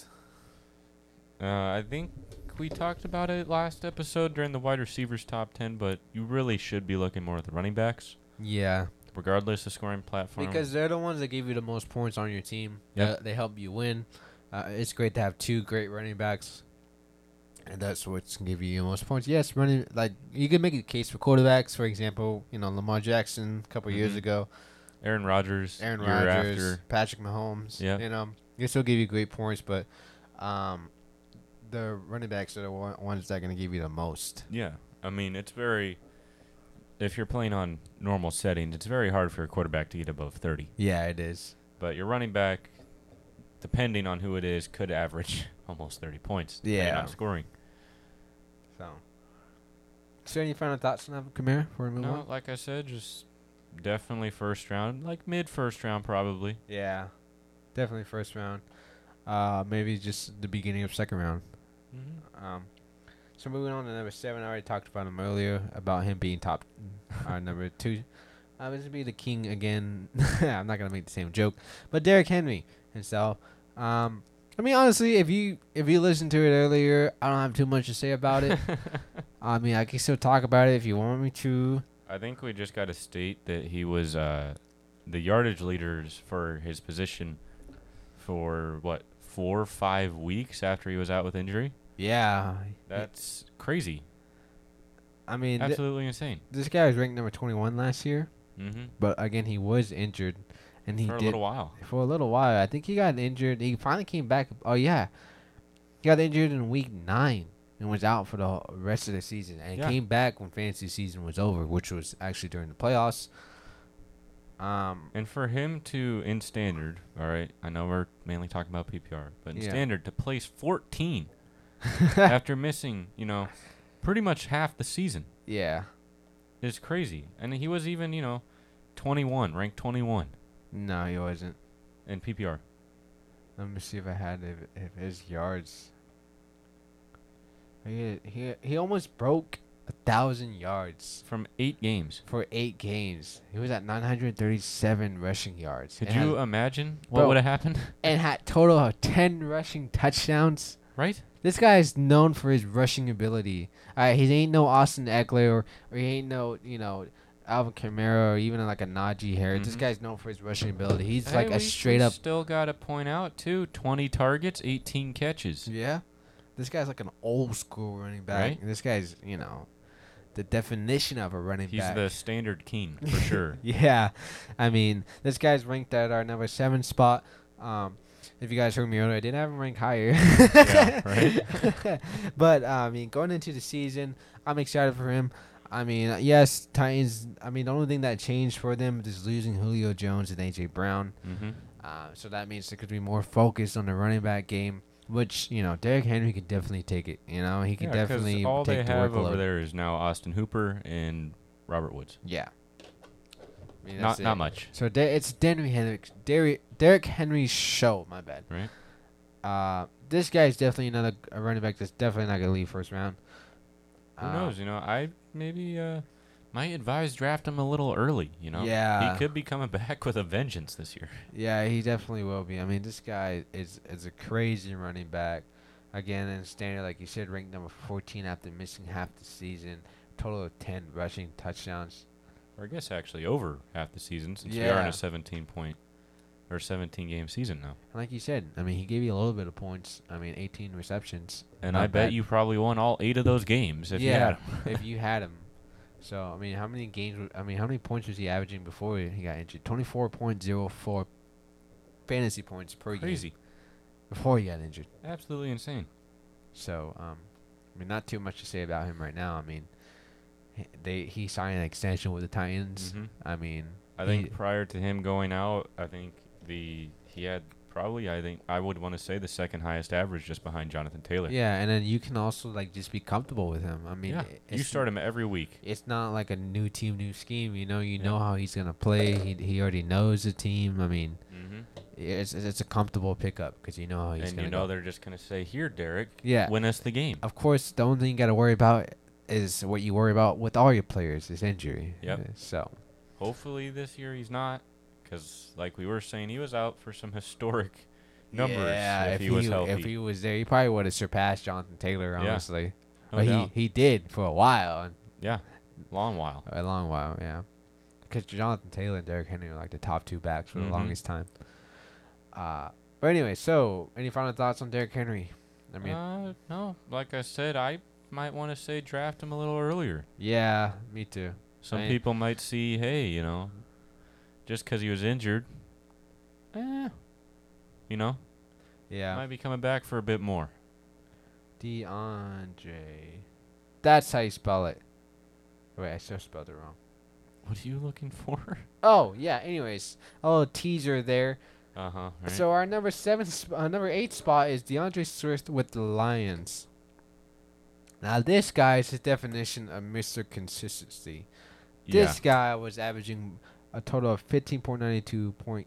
Uh, I think we talked about it last episode during the wide receivers top 10, but you really should be looking more at the running backs, Yeah, regardless of scoring platform. Because they're the ones that give you the most points on your team. Yep. Uh, they help you win. Uh, it's great to have two great running backs, and that's what's gonna give you the most points. Yes, running like you can make a case for quarterbacks. For example, you know Lamar Jackson a couple years Mhm. ago, Aaron Rodgers, Aaron year Rodgers, after. Patrick Mahomes. Yep. you know they still give you great points, but um, the running backs are the one- ones that are gonna give you the most. Yeah. I mean, it's very. If you're playing on normal settings, it's very hard for a quarterback to get above 30. Yeah, it is. But your running back, depending on who it is, could average almost 30 points. depending Yeah. on scoring. So, so any final thoughts on Alvin Kamara before we move No, on? like I said, just definitely first round, like mid first round probably. Yeah, definitely first round. Uh, maybe just the beginning of second round. Mm-hmm. Um, so moving on to number seven, I already talked about him earlier about him being top. our number two, I'm gonna be the king again. I'm not gonna make the same joke, but Derrick Henry himself. Um, I mean, honestly, if you if you listened to it earlier, I don't have too much to say about it. I mean, I can still talk about it if you want me to. I think we just got to state that he was uh, the yardage leaders for his position for what four or five weeks after he was out with injury. Yeah, That's crazy, I mean, th- absolutely insane. this guy was ranked number 21 last year. Mm-hmm. But again, he was injured, and he For a did little while, for a little while. I think he got injured. He finally came back. Oh yeah, He got injured in week nine and was out for the whole- rest of the season, and Yeah. came back when fantasy season was over, which was actually during the playoffs. Um, And for him to, in standard, all right, I know we're mainly talking about PPR, but in Yeah. standard to place 14 after missing, you know, pretty much half the season yeah, is crazy. And he was even, you know, 21, ranked 21 no, he wasn't. in PPR. Let me see if I had if, if his yards. He he he almost broke a thousand yards From eight games. for eight games. He was at 937 rushing yards. Could and you had, imagine what Bro. would have happened? and had total of 10 rushing touchdowns. right? This guy is known for his rushing ability. Uh, he ain't no Austin Eckler or, or he ain't no you know Alvin Kamara or even like a Najee Harris. This Mhm. guy's known for his rushing ability. He's Hey, like we a straight up Still got to point out too: 20 targets, 18 catches. Yeah. This guy's like an old school running back. Right? And This guy's, you know, the definition of a running He's back. the standard king for sure. yeah. I mean, this guy's ranked at our number seven spot. Um, if you guys heard me earlier, I didn't have him ranked higher. Yeah, right. but, uh, I mean, going into the season, I'm excited for him. I mean, uh, yes, Titans. I mean, the only thing that changed for them is losing Julio Jones and A.J. Brown. hmm Uh, so that means there could be more focus on the running back game, which you know Derrick Henry could definitely take it. You know he could definitely all take they the have workload. over there is now Austin Hooper and Robert Woods. Yeah, I mean, not that's not it. much. So De- it's Derrick Henry, Derrick, Derrick Henry's show. My bad. Right. Uh, this guy's definitely another a running back that's definitely not gonna leave first round. Who Uh, knows? You know, I maybe uh, might advise draft him a little early. You know, Yeah. he could be coming back with a vengeance this year. Yeah, he definitely will be. I mean, this guy is is a crazy running back. Again, in standard, like you said, ranked number 14 after missing half the season. Total of 10 rushing touchdowns. Or I guess actually over half the season since we are in Yeah. a 17 point or 17 game season now. And like you said, I mean, he gave you a little bit of points. I mean, 18 receptions. And Not I bet bad. you probably won all eight of those games if you Yeah. had him. if you had him. So, I mean, how many games, w- I mean, how many points was he averaging before he got injured? 24.04 fantasy points per Crazy. game before he got injured. Absolutely insane. So, um, I mean, not too much to say about him right now. I mean, h- they he signed an extension with the Titans. Mhm. I mean, I think he- prior to him going out, I think the he had probably I think I would want to say the second highest average just behind Jonathan Taylor. yeah, and then you can also like just be comfortable with him. I mean, Yeah. i- you it's- start him every week. It's not like a new team, new scheme. You know, you Yeah. know how he's gonna play. He he already knows the team. I mean, Mm-hmm. it's it's it's a comfortable pickup because you know how he's And gonna. you know go. they're just gonna say, "Here, Derek, yeah. win us the game." Of course, the only thing you gotta worry about is what you worry about with all your players is injury. Uh, Yep. So Hopefully this year he's not, because like we were saying, he was out for some historic numbers Yeah, if, he, was healthy. If he was there, he probably would have surpassed Jonathan Taylor, Yeah, honestly. no but doubt. he, he did for a while, yeah, long while. a long while, yeah. Because Jonathan Taylor and Derrick Henry were like the top two backs for Mhm. the longest time. Uh, but anyway, so any final thoughts on Derrick Henry? I mean, uh, no, like I said, I might want to say draft him a little earlier. yeah, me too. Some I- people might see, hey, you know, just 'cause he was injured, eh, you know, Yeah, might be coming back for a bit more. DeAndre. That's how you spell it. Wait, I still spelled it wrong. What are you looking for? Oh yeah. Anyways, a little teaser there. Uh huh. Right? So our number seven, sp- uh, number eight spot is DeAndre Swift with the Lions. Now this guy is his definition of Mr. Consistency. yeah. This guy was averaging a total of 15.92 point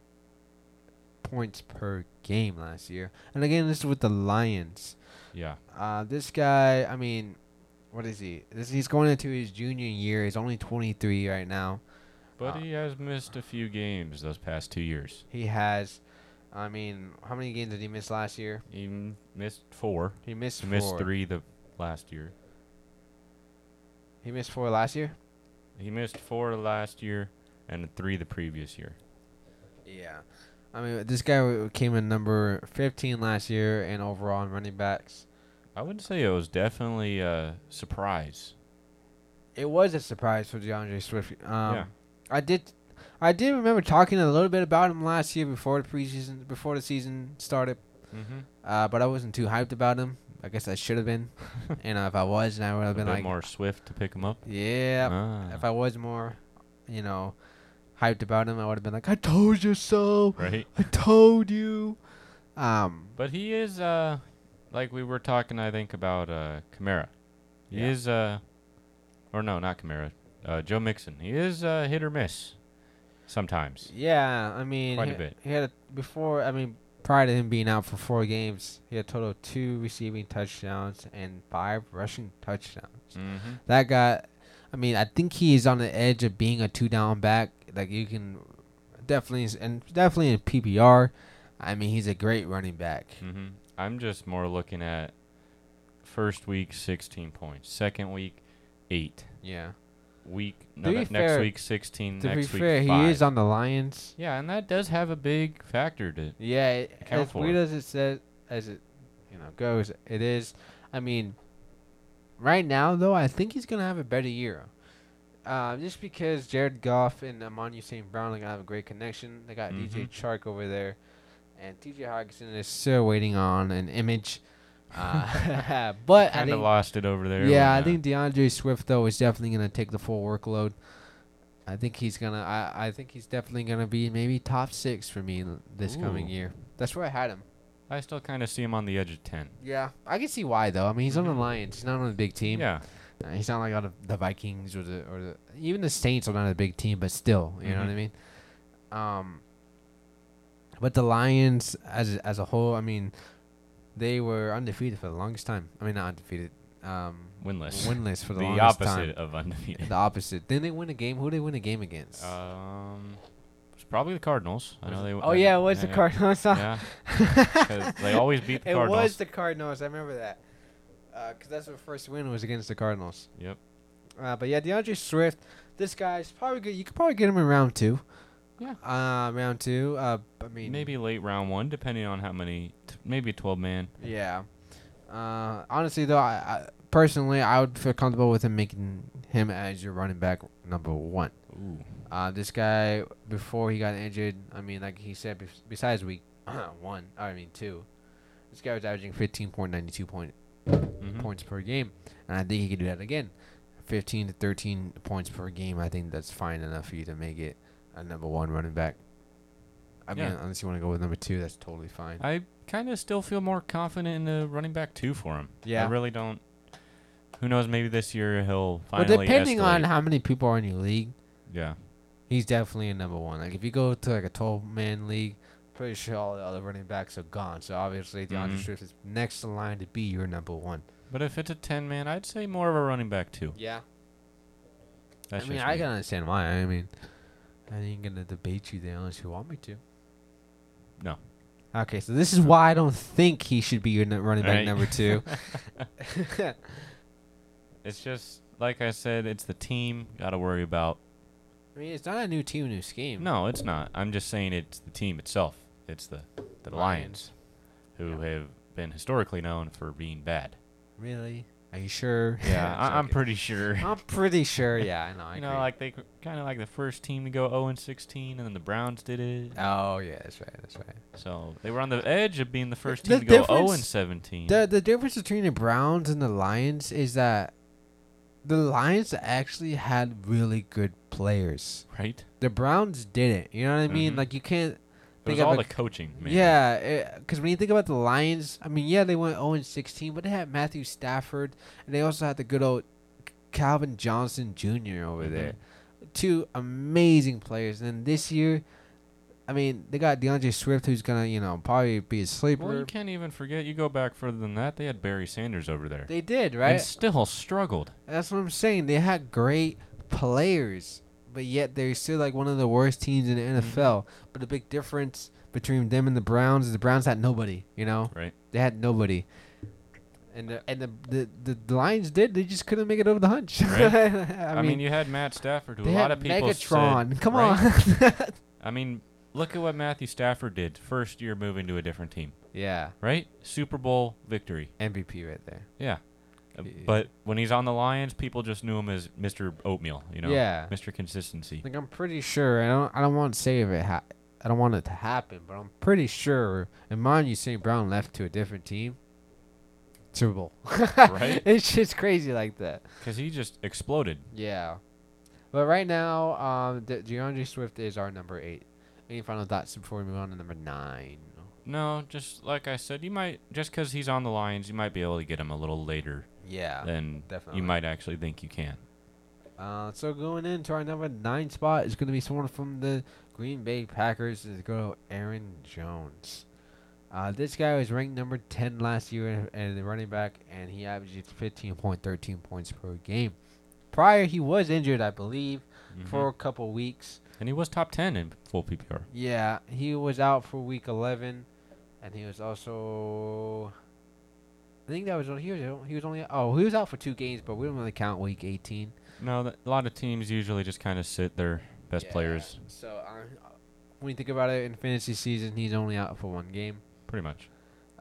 points per game last year, and again this is with the Lions. yeah. Uh, this guy, I mean, what is he? This he's going into his junior year. He's only 23 right now. But uh, he has missed a few games those past two years. He has, I mean, how many games did he miss last year? He m- missed four. He missed He missed four. three the last year. He missed four last year. He missed four last year and three the previous year. Yeah. I mean, this guy w- came in number 15 last year and overall in running backs. I would say it was definitely a surprise. It was a surprise for DeAndre Swift. Um, Yeah. I did, I did remember talking a little bit about him last year before the preseason, before the season started. Mm-hmm. Uh, but I wasn't too hyped about him. I guess I should have been. you know, if I was, then I would A have bit been like, more swift to pick him up. yeah. Ah, If I was more, you know, hyped about him, I would have been like, I told you so. right. I told you. Um, But he is, uh, like we were talking, I think, about uh, Kamara. He Yeah. is, uh, or no, not Kamara. Uh, Joe Mixon. He is uh, hit or miss sometimes. yeah, I mean, Quite a he- bit. He had a, before. I mean, prior to him being out for four games, he had a total of two receiving touchdowns and five rushing touchdowns. Mm-hmm. That guy, I mean, I think he is on the edge of being a two down back. Like you can definitely s- and definitely in PPR. I mean, he's a great running back. Mm-hmm. I'm just more looking at first week, 16 points. Second week, eight. Yeah. Week no, To ne- be next fair- week, 16. To be next fair, week, he five. is on the Lions. yeah, and that does have a big factor to. Yeah, it, Account as for weird it. as it says, as it you know goes, it is. I mean, right now though, I think he's gonna have a better year. Uh, just because Jared Goff and Amon St. Brown are gonna have a great connection. They got DJ Mhm. Chark over there, and TJ Hawkinson is still waiting on an image. Uh, but I Kind of think lost it over there. yeah, when, I uh, think DeAndre Swift though is definitely gonna take the full workload. I think he's gonna. I, I think he's definitely gonna be maybe top six for me l- this coming Ooh. year. That's where I had him. I still kind of see him on the edge of 10. Yeah, I can see why though. I mean, he's on Mhm. the Lions. He's not on a big team. Yeah. Uh, he's not like on the, the Vikings or the or the even the Saints are not a big team, but still, you know what I Mhm. mean. Um, but the Lions as as a whole, I mean, they were undefeated for the longest time. I mean, not undefeated. Um, Winless. Winless for the, the longest opposite time. of undefeated. The opposite. Then they win a game. Who they win a game against? Um, it's probably the Cardinals. I Was know it- they. oh yeah, it was the Cardinals. Yeah, 'cause they always beat the it Cardinals. was the Cardinals. I remember that. Because that's their first win was against the Cardinals. Yep. Uh, but yeah, DeAndre Swift. This guy's probably good. You could probably get him in round two. Yeah. Uh, round two. Uh, I mean. maybe late round one, depending on how many. T- maybe twelve man. Yeah. Uh, honestly though, I, I personally I would feel comfortable with him making him as your running back number one. Ooh. Uh, this guy before he got injured, I mean, like he said, bef- besides week one, I mean two, this guy was averaging 15.92 point Mhm. points per game, and I think he could do that again. 15 to 13 points per game, I think that's fine enough for you to make it a number one running back. I mean, Yeah. unless you want to go with number two, that's totally fine. I kind of still feel more confident in the running back two for him. Yeah. I really don't. Who knows? Maybe this year he'll But finally. depending on escalate. how many people are in your league, Yeah. he's definitely a number one. Like if you go to like a twelve man league, pretty sure all the other running backs are gone. So obviously DeAndre Mhm. Swift is next in line to be your number one. But if it's a ten man, I'd say more of a running back two. Yeah. That's I mean just I me. can understand why. I mean I ain't gonna debate you there unless you want me to. No. Okay, so this is why I don't think he should be your n- running back Right. number two. It's just like I said. It's the team. Got to worry about. I mean, it's not a new team, new scheme. No, it's not. I'm just saying it's the team itself. It's the the Lions, who have been historically known for being bad. Really? Are you sure? Yeah, I, I'm Joking. pretty sure. I'm pretty sure. Yeah, I know. I you know, agree. like they kind of like the first team to go 0 and 16, and then the Browns did it. Oh yeah, that's right. That's right. So they were on the edge of being the first team the to go 0 and difference- 17. The the difference between the Browns and the Lions is that the Lions actually had really good players. right? The Browns didn't. You know what I mean? Mhm. Like you can't. It was of all a- the coaching, man. Yeah, because when you think about the Lions, I mean, yeah, they went 0 16, but they had Matthew Stafford, and they also had the good old Calvin Johnson Jr. over Mm-hmm. there. Two amazing players. And then this year, I mean, they got DeAndre Swift, who's going to, you know, probably be a sleeper. Well, you can't even forget. You go back further than that. They had Barry Sanders over there, they did, and right? still struggled. That's what I'm saying. They had great players, but yet they're still like one of the worst teams in the Mhm. NFL. But the big difference between them and the Browns is the Browns had nobody. You know, Right. they had nobody. And the and the the, the, Lions did. They just couldn't make it over the hunch. Right. I, I, mean, you had Matt Stafford, who they a lot had of people Megatron. said- Come right? on. I mean, look at what Matthew Stafford did first year moving to a different team, yeah, right? Super Bowl victory. MVP right there. Yeah. Uh, Yeah. But when he's on the Lions, people just knew him as Mr. Oatmeal, you know? Yeah. Mr. Consistency. Like I'm pretty sure. I don't. I don't want to say if it ha- I don't want it to happen, but I'm pretty sure. And mind you, St. Brown left to a different team. Super Bowl. Right? it's just crazy like that. Because he just exploded. Yeah. But right now, um, De- DeAndre Swift is our number eight. Any final thoughts before we move on to number nine? No, just like I said, you might just because he's on the Lions, you might be able to get him a little later Yeah. than definitely. you might actually think you can. Uh, so going into our number nine spot is going to be someone from the Green Bay Packers. Is go Aaron Jones. Uh, this guy was ranked number ten last year and the running back, and he averaged fifteen point thirteen points per game. Prior, he was injured, I believe, Mm-hmm. for a couple weeks. and he was top ten in full PPR. Yeah, he was out for week eleven, and he was also. I think that was on. He was he was only oh he was out for two games, but we don't really count week eighteen. No, th- a lot of teams usually just kind of sit their best Yeah, players, So uh, when you think about it, in fantasy season, he's only out for one game. pretty much.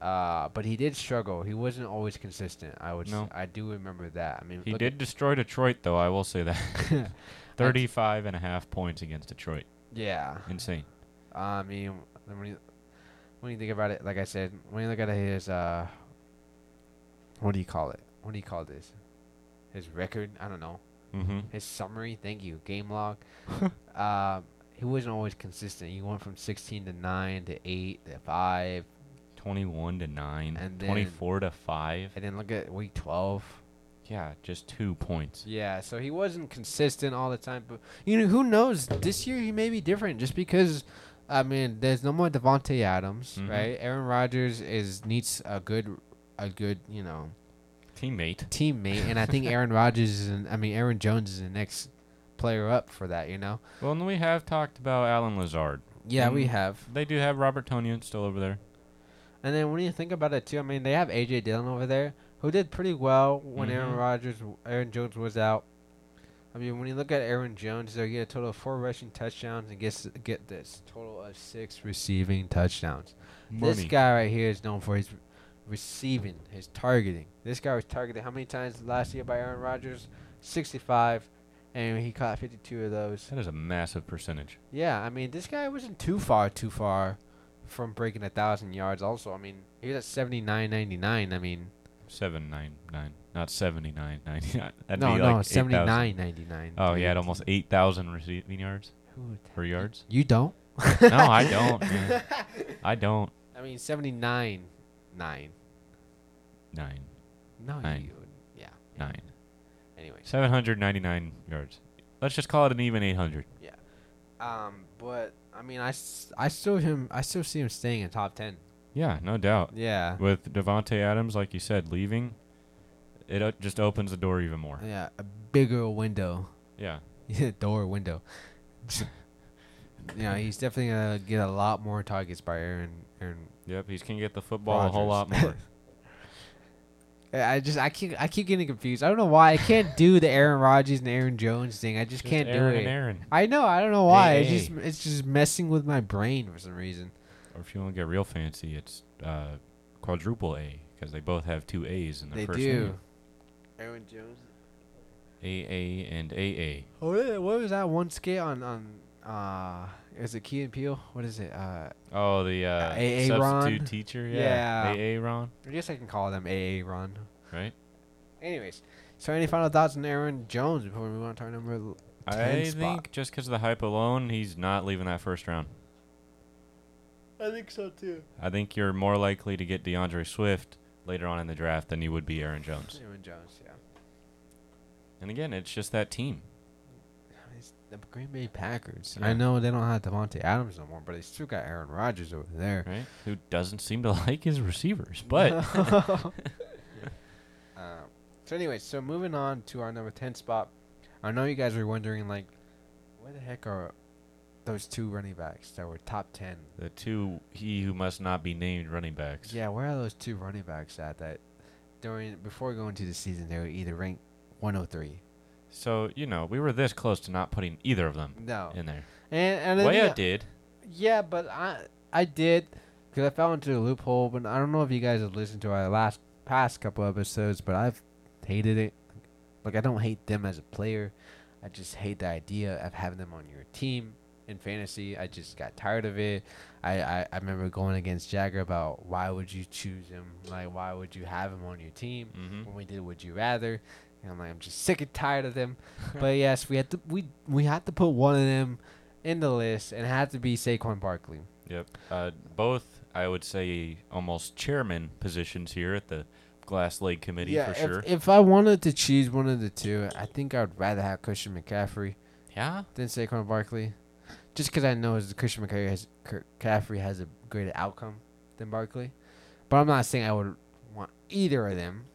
Uh, but he did struggle. He wasn't always consistent. I would. s- No. I do remember that. I mean, He look did destroy Detroit, though. I will say that at- 35 and a half points against Detroit, yeah. insane. I mean, when you when you think about it, like I said, when you look at his uh, what do you call it? What do you call this? His record? I don't know. Mm-hmm. His summary. Thank you. Game log. um, he wasn't always consistent. He went from 16 to nine to eight to five. 21 to nine, And then- 24 to five. And then look at week 12. Yeah, just two points. Yeah, so he wasn't consistent all the time. But, you know, who knows? This year he may be different just because, I mean, there's no more Devontae Adams, Mhm. right? Aaron Rodgers is needs a good, a good, you know, Teammate. teammate. and I think Aaron Rodgers is, an, I mean, Aaron Jones is the next player up for that, you know? Well, and we have talked about Alan Lazard. Yeah, we Mm. have. They do have Robert Tonyan still over there. And then when you think about it, too, I mean, they have A.J. Dillon over there who did pretty well when Aaron Mhm. Rodgers, Aaron Jones was out. I mean, when you look at Aaron Jones, they get a total of four rushing touchdowns and gets get this total of six receiving touchdowns. This guy right here is known for his receiving, his targeting. This guy was targeted how many times last year by Aaron Rodgers? 65, and he caught 52 of those. That is a massive percentage. Yeah, I mean, this guy wasn't too far, too far from breaking a thousand yards. Also, I mean, he was at seventy nine ninety nine. I mean, Seven nine nine, not seventy nine ninety nine. That'd no, be no, like 8,000. seventy nine ninety nine. Oh, he had almost eight thousand receiving yards or yards. You don't? no, I don't. man. I don't. I mean, seventy nine nine. Nine No, Nine. you. Yeah. nine. Anyways, Seven hundred ninety nine yards. Let's just call it an even eight hundred. um, but I mean, I, s- I still him, I still see him staying in top ten. Yeah, no doubt. Yeah. With Devonte Adams, like you said, leaving, it o- just opens the door even more. Yeah, a bigger window. Yeah. Yeah, door window. you know, he's definitely gonna get a lot more targets by Aaron Aaron Yep. He's can get the football a whole lot Rodgers. more. I just I keep I keep getting confused. I don't know why I can't do the Aaron Rodgers and Aaron Jones thing. I Just just, can't Aaron do it. And Aaron. I know I don't know why. Hey, It's just it's just messing with my brain for some reason. Or if you want to get real fancy, it's uh, quadruple A because they both have two A's in their they first do. name. Aaron Jones. AA and AA. Oh, what is- what was that one skit on on? Uh, is it Key and Peele? What is it? Uh, Oh, the uh, AA substitute Ron. teacher. Yeah. AA Ron. I guess I can call them AA Ron. Right. Anyways, so any final thoughts on Aaron Jones before we move on to our number? l- I spot. think just because of the hype alone, he's not leaving that first round. I think so too. I think you're more likely to get DeAndre Swift later on in the draft than you would be Aaron Jones. Aaron Jones, yeah. And again, it's just that team. It's the Green Bay Packers. I Yeah. know they don't have Devontae Adams no more, but they still got Aaron Rodgers over there. right? Who doesn't seem to like his receivers. But Um, so, anyway, so moving on to our number 10 spot. I know you guys were wondering, like, where the heck are those two running backs that were top 10? the two he who must not be named running backs. Yeah, where are those two running backs at that during before going to the season they were either ranked 103? So, you know, we were this close to not putting either of them No. in there. And, and I Waya think- did. Yeah, but I I did because I fell into a loophole. But I don't know if you guys have listened to our last past couple episodes, but I've hated it. Like I don't hate them as a player, I just hate the idea of having them on your team. in fantasy. I just got tired of it. I, I, I remember going against Jagger about why would you choose him? Like, why would you have him on your team? Mm-hmm. When we did Would You Rather. And I'm like, I'm just sick and tired of them. but yes, we had to we we had to put one of them in the list and it had to be Saquon Barkley. Yep. Uh, both, I would say, almost chairman positions here at the Glass Lake Committee for if, sure. if I wanted to choose one of the two, I think I'd rather have Christian McCaffrey yeah. than Saquon Barkley. Just because I know his Christian McCaffrey has, McCaffrey has a greater outcome than Barkley. But I'm not saying I would want either of them.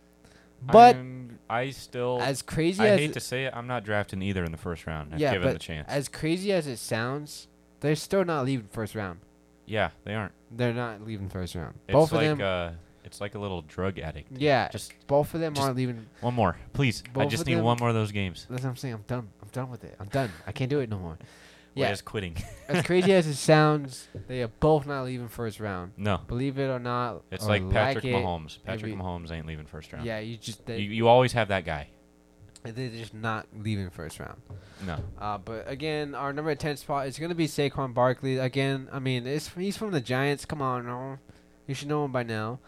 But I'm- i still. as crazy I as hate to say it, I'm not drafting either in the first round. I've Yeah, given but the chance. as crazy as it sounds, they're still not leaving first round. yeah, they aren't. They're not leaving first round. It's both like of them. Uh, it's like a little drug addict. yeah, Just both of them just- aren't leaving. one more, please. I Both just of need them- one more of those games. That's what I'm saying. I'm done. I'm done with it. I'm done. I can't do it no more. Yeah. Yeah. Just quitting. as crazy as it sounds, they are both not leaving first round. No. Believe it or not, It's or like Patrick it, Mahomes. Patrick every- Mahomes ain't leaving first round. Yeah, you just You, they, you always have that guy. they're just not leaving first round. No. Uh, but again, our number ten spot is gonna be Saquon Barkley. Again, I mean, it's he's from the Giants. Come on, no, you should know him by now.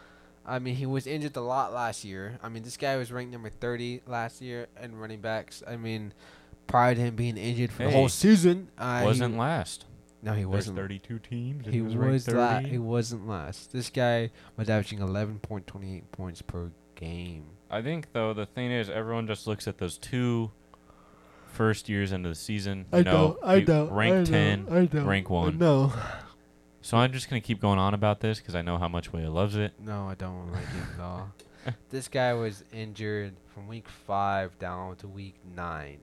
I mean, he was injured a lot last year. I mean, this guy was ranked number thirty last year in running backs. I mean, prior to him being injured for the Hey, whole season, uh, he- wasn't last. no, he There's wasn't. 32 teams. and He was ranked was la- 30. He wasn't last. This guy was averaging eleven point twenty eight points per game. I think though the thing is everyone just looks at those two first years into the season. You know, you Rank ten, I don't. rank one. No. So I'm just gonna keep going on about this because I know how much Willie loves it. No, I don't like it at all. this guy was injured from week five down to week nine.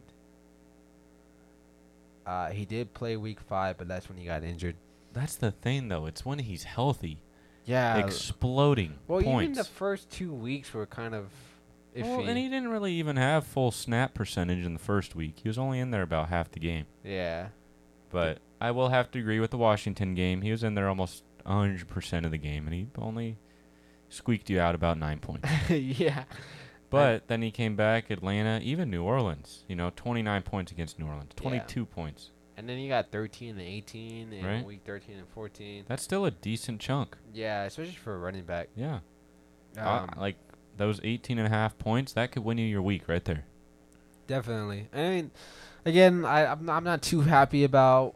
Uh, he did play week five, but that's when he got injured. That's the thing though. It's when he's healthy, Yeah. exploding Uh, well, even points. the first two weeks were kind of iffy. well, and he didn't really even have full snap percentage in the first week. He was only in there about half the game. yeah. But I will have to agree with the Washington game. He was in there almost 100% of the game, and he only squeaked you out about nine points. yeah. But then he came back, Atlanta, even New Orleans. You know, 29 points against New Orleans, Yeah. 22 points. And then he got 13 and 18, and Right. week 13 and 14. That's still a decent chunk. Yeah, especially for a running back. Yeah. I- Um, like those 18 and a half points, that could win you your week right there. Definitely. I mean, again, I, I'm, not, I'm not too happy about,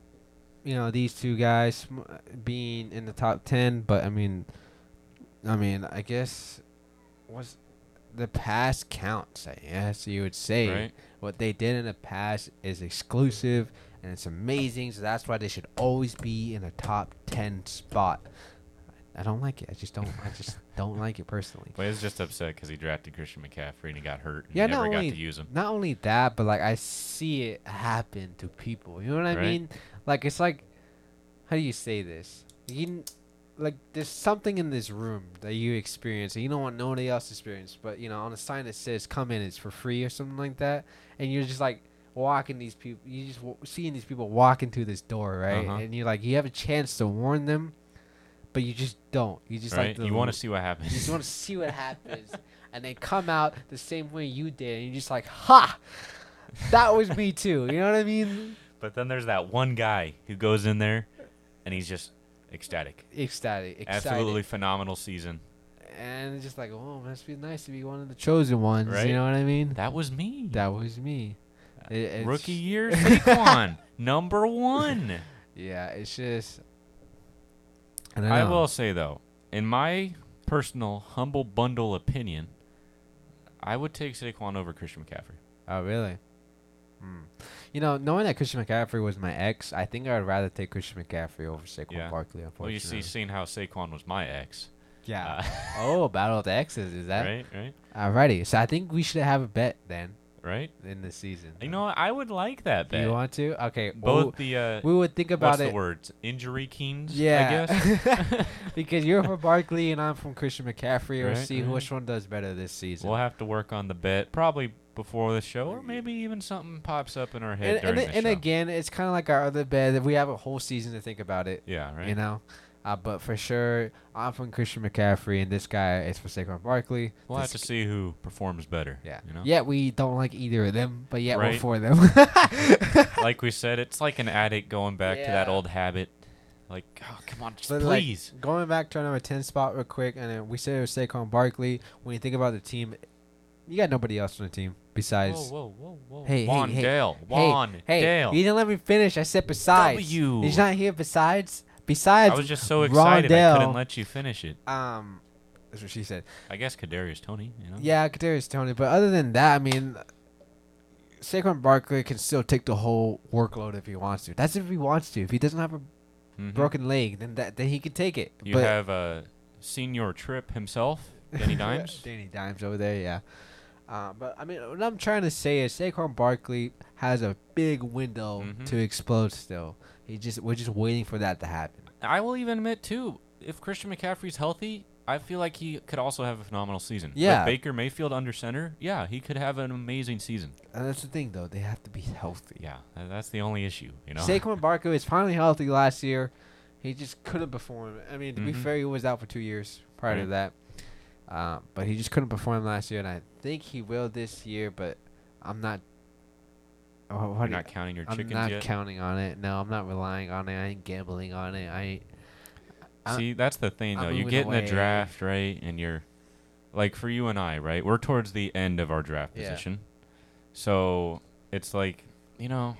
you know, these two guys m- being in the top 10, but I mean, I mean, I guess was the past counts, I guess you would say. Right? What they did in the past is exclusive and it's amazing, so that's why they should always be in a top 10 spot. I don't like it. I just don't. I just don't like it personally. But he's just upset because he drafted Christian McCaffrey and he got hurt and Yeah, never not got only- to use him. not only that, but like I see it happen to people. You know what I Right. mean? Like it's like, how do you say this? You, n- like there's something in this room that you experience and you don't want nobody else to experience. But you know, on a sign that says "Come in, it's for free" or something like that, and you're just like walking these people. You just w- seeing these people walking through this door, right? Uh-huh. And you're like, you have a chance to warn them, but you just don't. You just right? like you want to to see what happens. you just want to see what happens. And they come out the same way you did. And you're just like, ha! That was me too. You know what I mean? But then there's that one guy who goes in there and he's just ecstatic. Ecstatic. Excited. Absolutely phenomenal season. And it's just like, oh, must be nice to be one of the chosen ones. Right? You know what I mean? That was me. That was me. It- it's- Rookie year Saquon, number one. Yeah, it's just. I, don't I know. will say though, in my personal humble bundle opinion, I would take Saquon over Christian McCaffrey. Oh, really? Hmm. You know, knowing that Christian McCaffrey was my ex, I think I'd rather take Christian McCaffrey over Saquon Yeah. Barkley, Well, you see, unfortunately. seeing how Saquon was my ex, yeah. uh, oh, Battle of the Exes, is that? right, right, Alrighty, so I think we should have a bet then right. in this season. You know, what? I would like that Do bet. you want to? Okay, Both we'll- the uh, we would think what's about the it. words? Injury kings. Yeah, I guess. because you're from Barkley and I'm from Christian McCaffrey. We'll Right, see right. which one does better this season. We'll have to work on the bet probably before the show, or maybe even something pops up in our head and and, during and the show. again, it's kind of like our other bet that we have a whole season to think about it. yeah, right. You know, Uh, but for sure, I'm from Christian McCaffrey, and this guy is for Saquon Barkley. We'll have This to see who performs better. Yeah. You know? Yet we don't like either of them, but yet we're Right. for them. like we said, it's like an addict going back to that Yeah. old habit. Like, oh, come on, just But, like, please. going back to our number 10 spot real quick, and then we said it was Saquon Barkley. When you think about the team, you got nobody else on the team besides. whoa, whoa, whoa, whoa. Hey, hey, Juan hey, Dale. Hey, Juan hey, Dale. you didn't let me finish. I said besides. W. He's not here besides. I Besides, was just so excited I Rondell. couldn't let you finish it. um, that's what she said. I guess Kadarius Tony. You know? Yeah, Kadarius Tony. But other than that, I mean, Saquon Barkley can still take the whole workload if he wants to. That's if he wants to. If he doesn't have a Mhm. broken leg, then that then he can take it. You but have uh, Senior Trip himself, Danny Dimes. Danny Dimes over there, yeah. Uh, but I mean, what I'm trying to say is Saquon Barkley has a big window Mhm. to explode. Still, he just we're just waiting for that to happen. I will even admit too, if Christian McCaffrey's healthy, I feel like he could also have a phenomenal season. Yeah. With Baker Mayfield under center, yeah, he could have an amazing season. And that's the thing, though; they have to be healthy. Yeah, tha- that's the only issue, you know. Saquon Barkley is finally healthy last year. He just couldn't perform. I mean, to be Mhm. fair, he was out for two years prior to Right. that. Uh, but he just couldn't perform last year, and I think he will this year. But I'm not. Oh, You're what do you- not counting your I'm chickens not yet. counting on it. No, I'm not relying on it. I ain't gambling on it. I ain't. I- See, that's the thing I'm though. You moving get in away. the draft, right, and you're like for you and I, right? We're towards the end of our draft Yeah. position. So it's like, you know,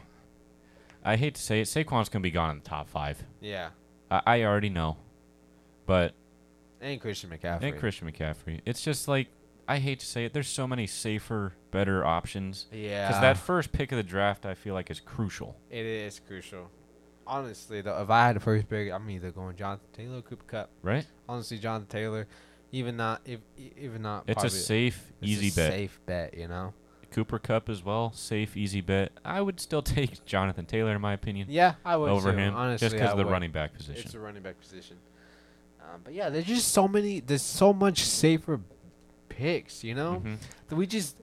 I hate to say it, Saquon's gonna be gone in the top five. Yeah. I, I already know. But And Christian McCaffrey. And Christian McCaffrey. It's just like I hate to say it. There's so many safer, better options. yeah. Because that first pick of the draft, I feel like is crucial. it is crucial. Honestly, though, if I had the first pick, I'm either going Jonathan Taylor or Cooper Cup. Right? Honestly, Jonathan Taylor, even not if e, even not. It's a probably- safe, it's a easy bet. Safe bet, you know. Cooper Cup as well. Safe, easy bet. I would still take Jonathan Taylor in my opinion Yeah, I would over too, him, Honestly, just because I of the would. running back It's a position. running back position. Um, but yeah, there's just so many. There's so much safer picks, you know. Mhm. That we just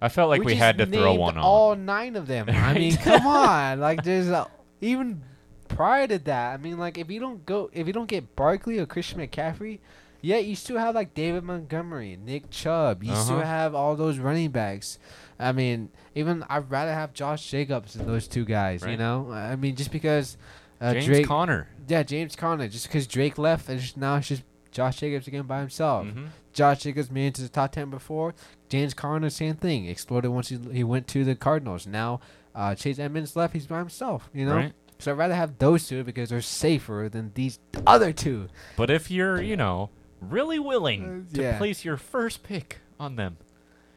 I felt like we, just had to throw named one on. All nine of them. I mean, Right. come on. Like there's a, even prior to that. I mean, like if you don't go, if you don't get Barkley or Christian McCaffrey, yeah, you still have like David Montgomery, Nick Chubb. You still Uh-huh. have all those running backs. I mean, even I'd rather have Josh Jacobs than those two guys. You Right. know, I mean, just because uh, James Drake, Conner. yeah, James Conner, just because Drake left, and just now it's just Josh Jacobs again by himself. Mhm. Josh Jacobs made it to the top ten before. James Conner, same thing. Exploded once he, he went to the Cardinals. Now uh, Chase Edmonds left. He's by himself. You know. Right? So I'd rather have those two because they're safer than these other two. But if you're, you know, really willing Uh, to yeah. place your first pick on them,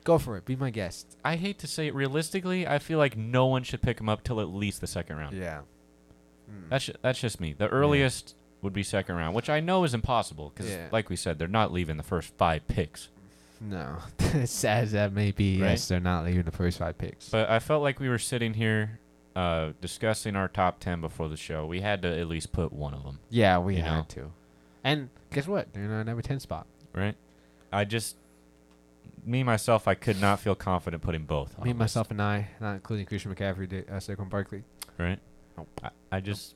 Go for it. Be my guest. I hate to say it realistically, I feel like no one should pick him up till at least the second round. Yeah. Mm. That's ju- that's just me. The earliest would be second round, which I know is impossible because, Yeah. like we said, they're not leaving the first five picks. No. as sad as that may be, Right? yes, they're not leaving the first five picks. But I felt like we were sitting here uh, discussing our top ten before the show. We had to at least put one of them, yeah, we You had know. to. And guess what? They're in our number ten spot. right? I just me myself, I could not feel confident putting both. on Me, a list, myself, and I, not including Christian McCaffrey, Da- uh, Saquon Barkley. right? I, I just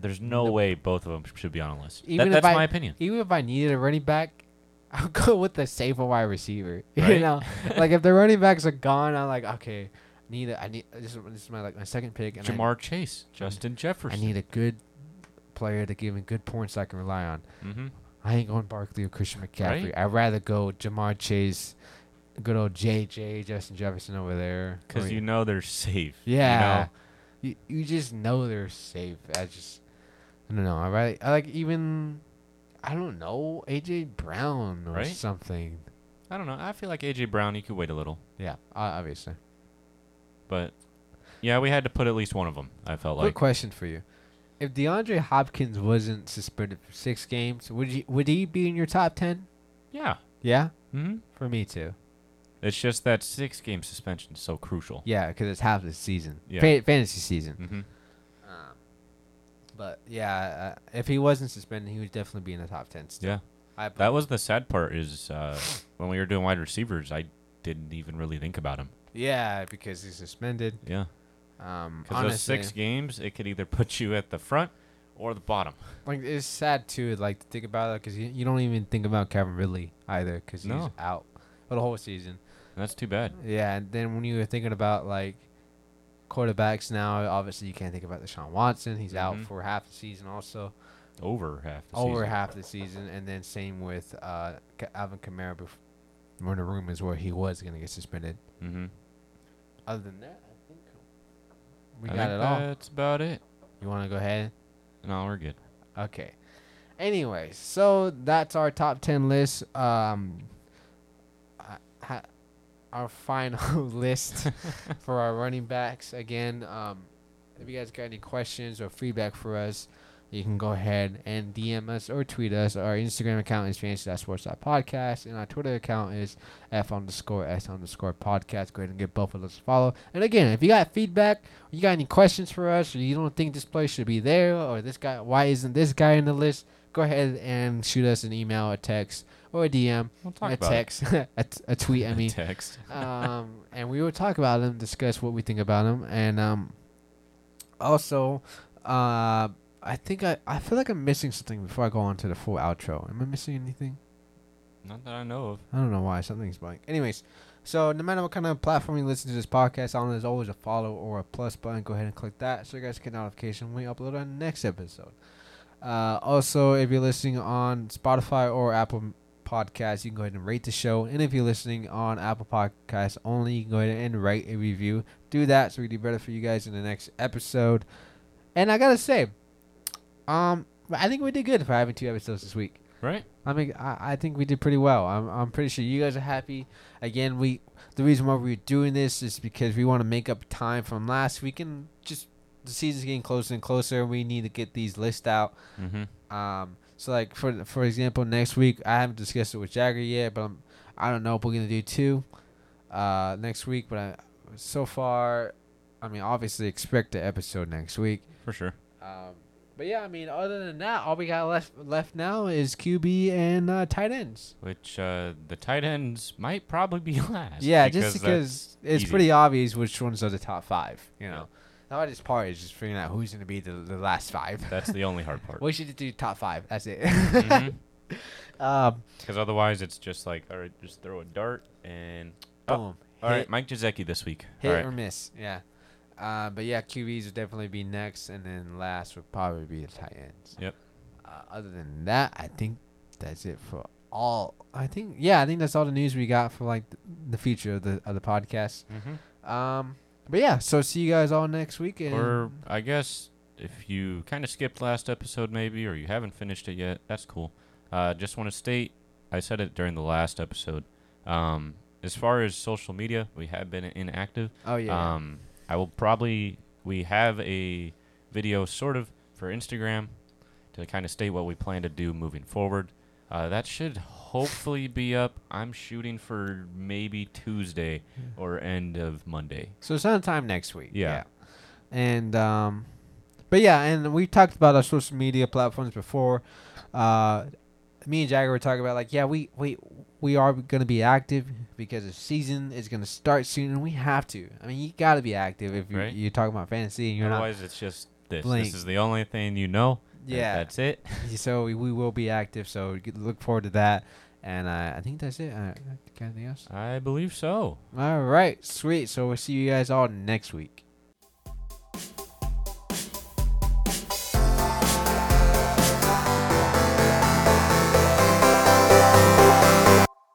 there's no Nope. way both of them should be on a list. That- Even if that's I- my opinion. even if I needed a running back, I'll go with the safer wide receiver. You Right? know, like if the running backs are gone, I'm like, okay, need a, I need this is, this is my like my second pick, and I- Jamar Chase, Justin I, Jefferson. need a good player to give me good points I can rely on. mm-hmm. I ain't going Barkley or Christian McCaffrey. Right? I'd rather go Jamar Chase, good old JJ Justin Jefferson over there. or- Because you know they're safe. you know? yeah, you, you just know they're safe. I just I don't know. I really, I like even I don't know AJ Brown or Right? something. I don't know. I feel like AJ Brown, you could wait a little, Yeah, o- obviously. but yeah, we had to put at least one of them. I felt Quick like question for you: If DeAndre Hopkins wasn't suspended for six games, would you would he be in your top ten? yeah. Yeah, hmm for me too. It's just that six game suspension is so crucial. Yeah, because it's half the season, Yeah. Fa- fantasy season. Mm-hmm. Um, but yeah, uh, if he wasn't suspended, he would definitely be in the top ten. Still. Yeah, I that was the sad part. Is uh, when we were doing wide receivers, I didn't even really think about him. yeah because he's suspended. Yeah, Um, because honestly, those six games, it could either put you at the front or the bottom. Like it's sad too, like to think about it, because you, you don't even think about Kevin Ridley either, because he's No. out for the whole season. And that's too bad. Yeah, and then when you were thinking about like quarterbacks now, obviously you can't think about Deshaun Watson. He's out Mhm. for half the season, also Over half. The over season. half the season, and then same with uh, K- Alvin Kamara. Bef- when the rumors were he was gonna get suspended. Mm-hmm. Other than that, I think we I got think it all. That's about it. You want to go ahead? No, we're good. Okay. Anyway, so that's our top 10 list. Um, I- ha- our final list for our running backs. Again, um, if you guys got any questions or feedback for us, you can go ahead and DM us or tweet us. Our Instagram account is fantasy.sports.podcast, and our Twitter account is f underscore s underscore podcast. Go ahead and get both of us a follow. And again, if you got feedback, or you got any questions for us, or you don't think this place should be there, or this guy, why isn't this guy in the list? Go ahead and shoot us an email, a text, or a DM, We'll talk a about text, a, t- a tweet. it. I A mean, text. um, and we will talk about them, discuss what we think about them, and um, also, uh, I think I, I feel like I'm missing something before I go on to the full outro. Am I missing anything? Not that I know of. I don't know why something's blank. Anyways, so no matter what kind of platform you listen to this podcast on, there's always a follow or a plus button. Go ahead and click that so you guys get notification when we upload our next episode. Uh, also, if you're listening on Spotify or Apple Podcasts, you can go ahead and rate the show. And if you're listening on Apple Podcasts only, you can go ahead and write a review. Do that so we do better for you guys in the next episode. And I gotta say, um, I think we did good for having two episodes this week. Right? I mean, I, I think we did pretty well. I'm, I'm pretty sure you guys are happy. Again, we the reason why we're doing this is because we want to make up time from last week and just the season's getting closer and closer. We need to get these lists out. Mm-hmm. Um, so like for for example, next week I haven't discussed it with Jagger yet, but I'm, I don't know if we're gonna do two uh, next week. But I, so far, I mean, obviously expect the episode next week. For sure. Um, but yeah, I mean, other than that, all we got left left now is QB and uh, tight ends. Which uh, the tight ends might probably be last. yeah, just that- because it's easy. pretty obvious which ones are the top five. You Yeah. know, the hardest part is just figuring out who's going to be the, the last five. that's the only hard part. Mm-hmm. we should do top five. That's it. Because um, otherwise, it's just like, all right, just throw a dart and. Oh, boom. All right, hit Mike Jazeki this week. hit all right. or miss. Yeah. Uh, but yeah, QBs would definitely be next, and then last would probably be the tight ends. Yep. Uh, other than that, I think that's it for all. I think yeah, I think that's all the news we got for like th- the future of the of the podcast. Mm-hmm. Um, but yeah, so see you guys all next week. And Or I guess if you kind of skipped last episode, maybe, or you haven't finished it yet, that's cool. Uh, just want to state, I said it during the last episode. Um, as far as social media, we have been inactive. oh yeah, Um, I will probably we have a video sort of for Instagram to kind of state what we plan to do moving forward. Uh, that should hopefully be up. I'm shooting for maybe Tuesday Yeah. or end of Monday. so sometime next week. Yeah. And um, but yeah, and we talked about our social media platforms before. Uh, me and Jagger were talking about like yeah, we we we are gonna be active because the season is gonna start soon, and we have to. I mean, you gotta be active if you Right. you're talking about fantasy and you're not. Otherwise, it's just this. Blank. This is the only thing you know. and Yeah. that's it. So we, we will be active. So g- look forward to that. And uh, I think that's it. Uh, got anything else? I believe so. All right, sweet. So we'll see you guys all next week.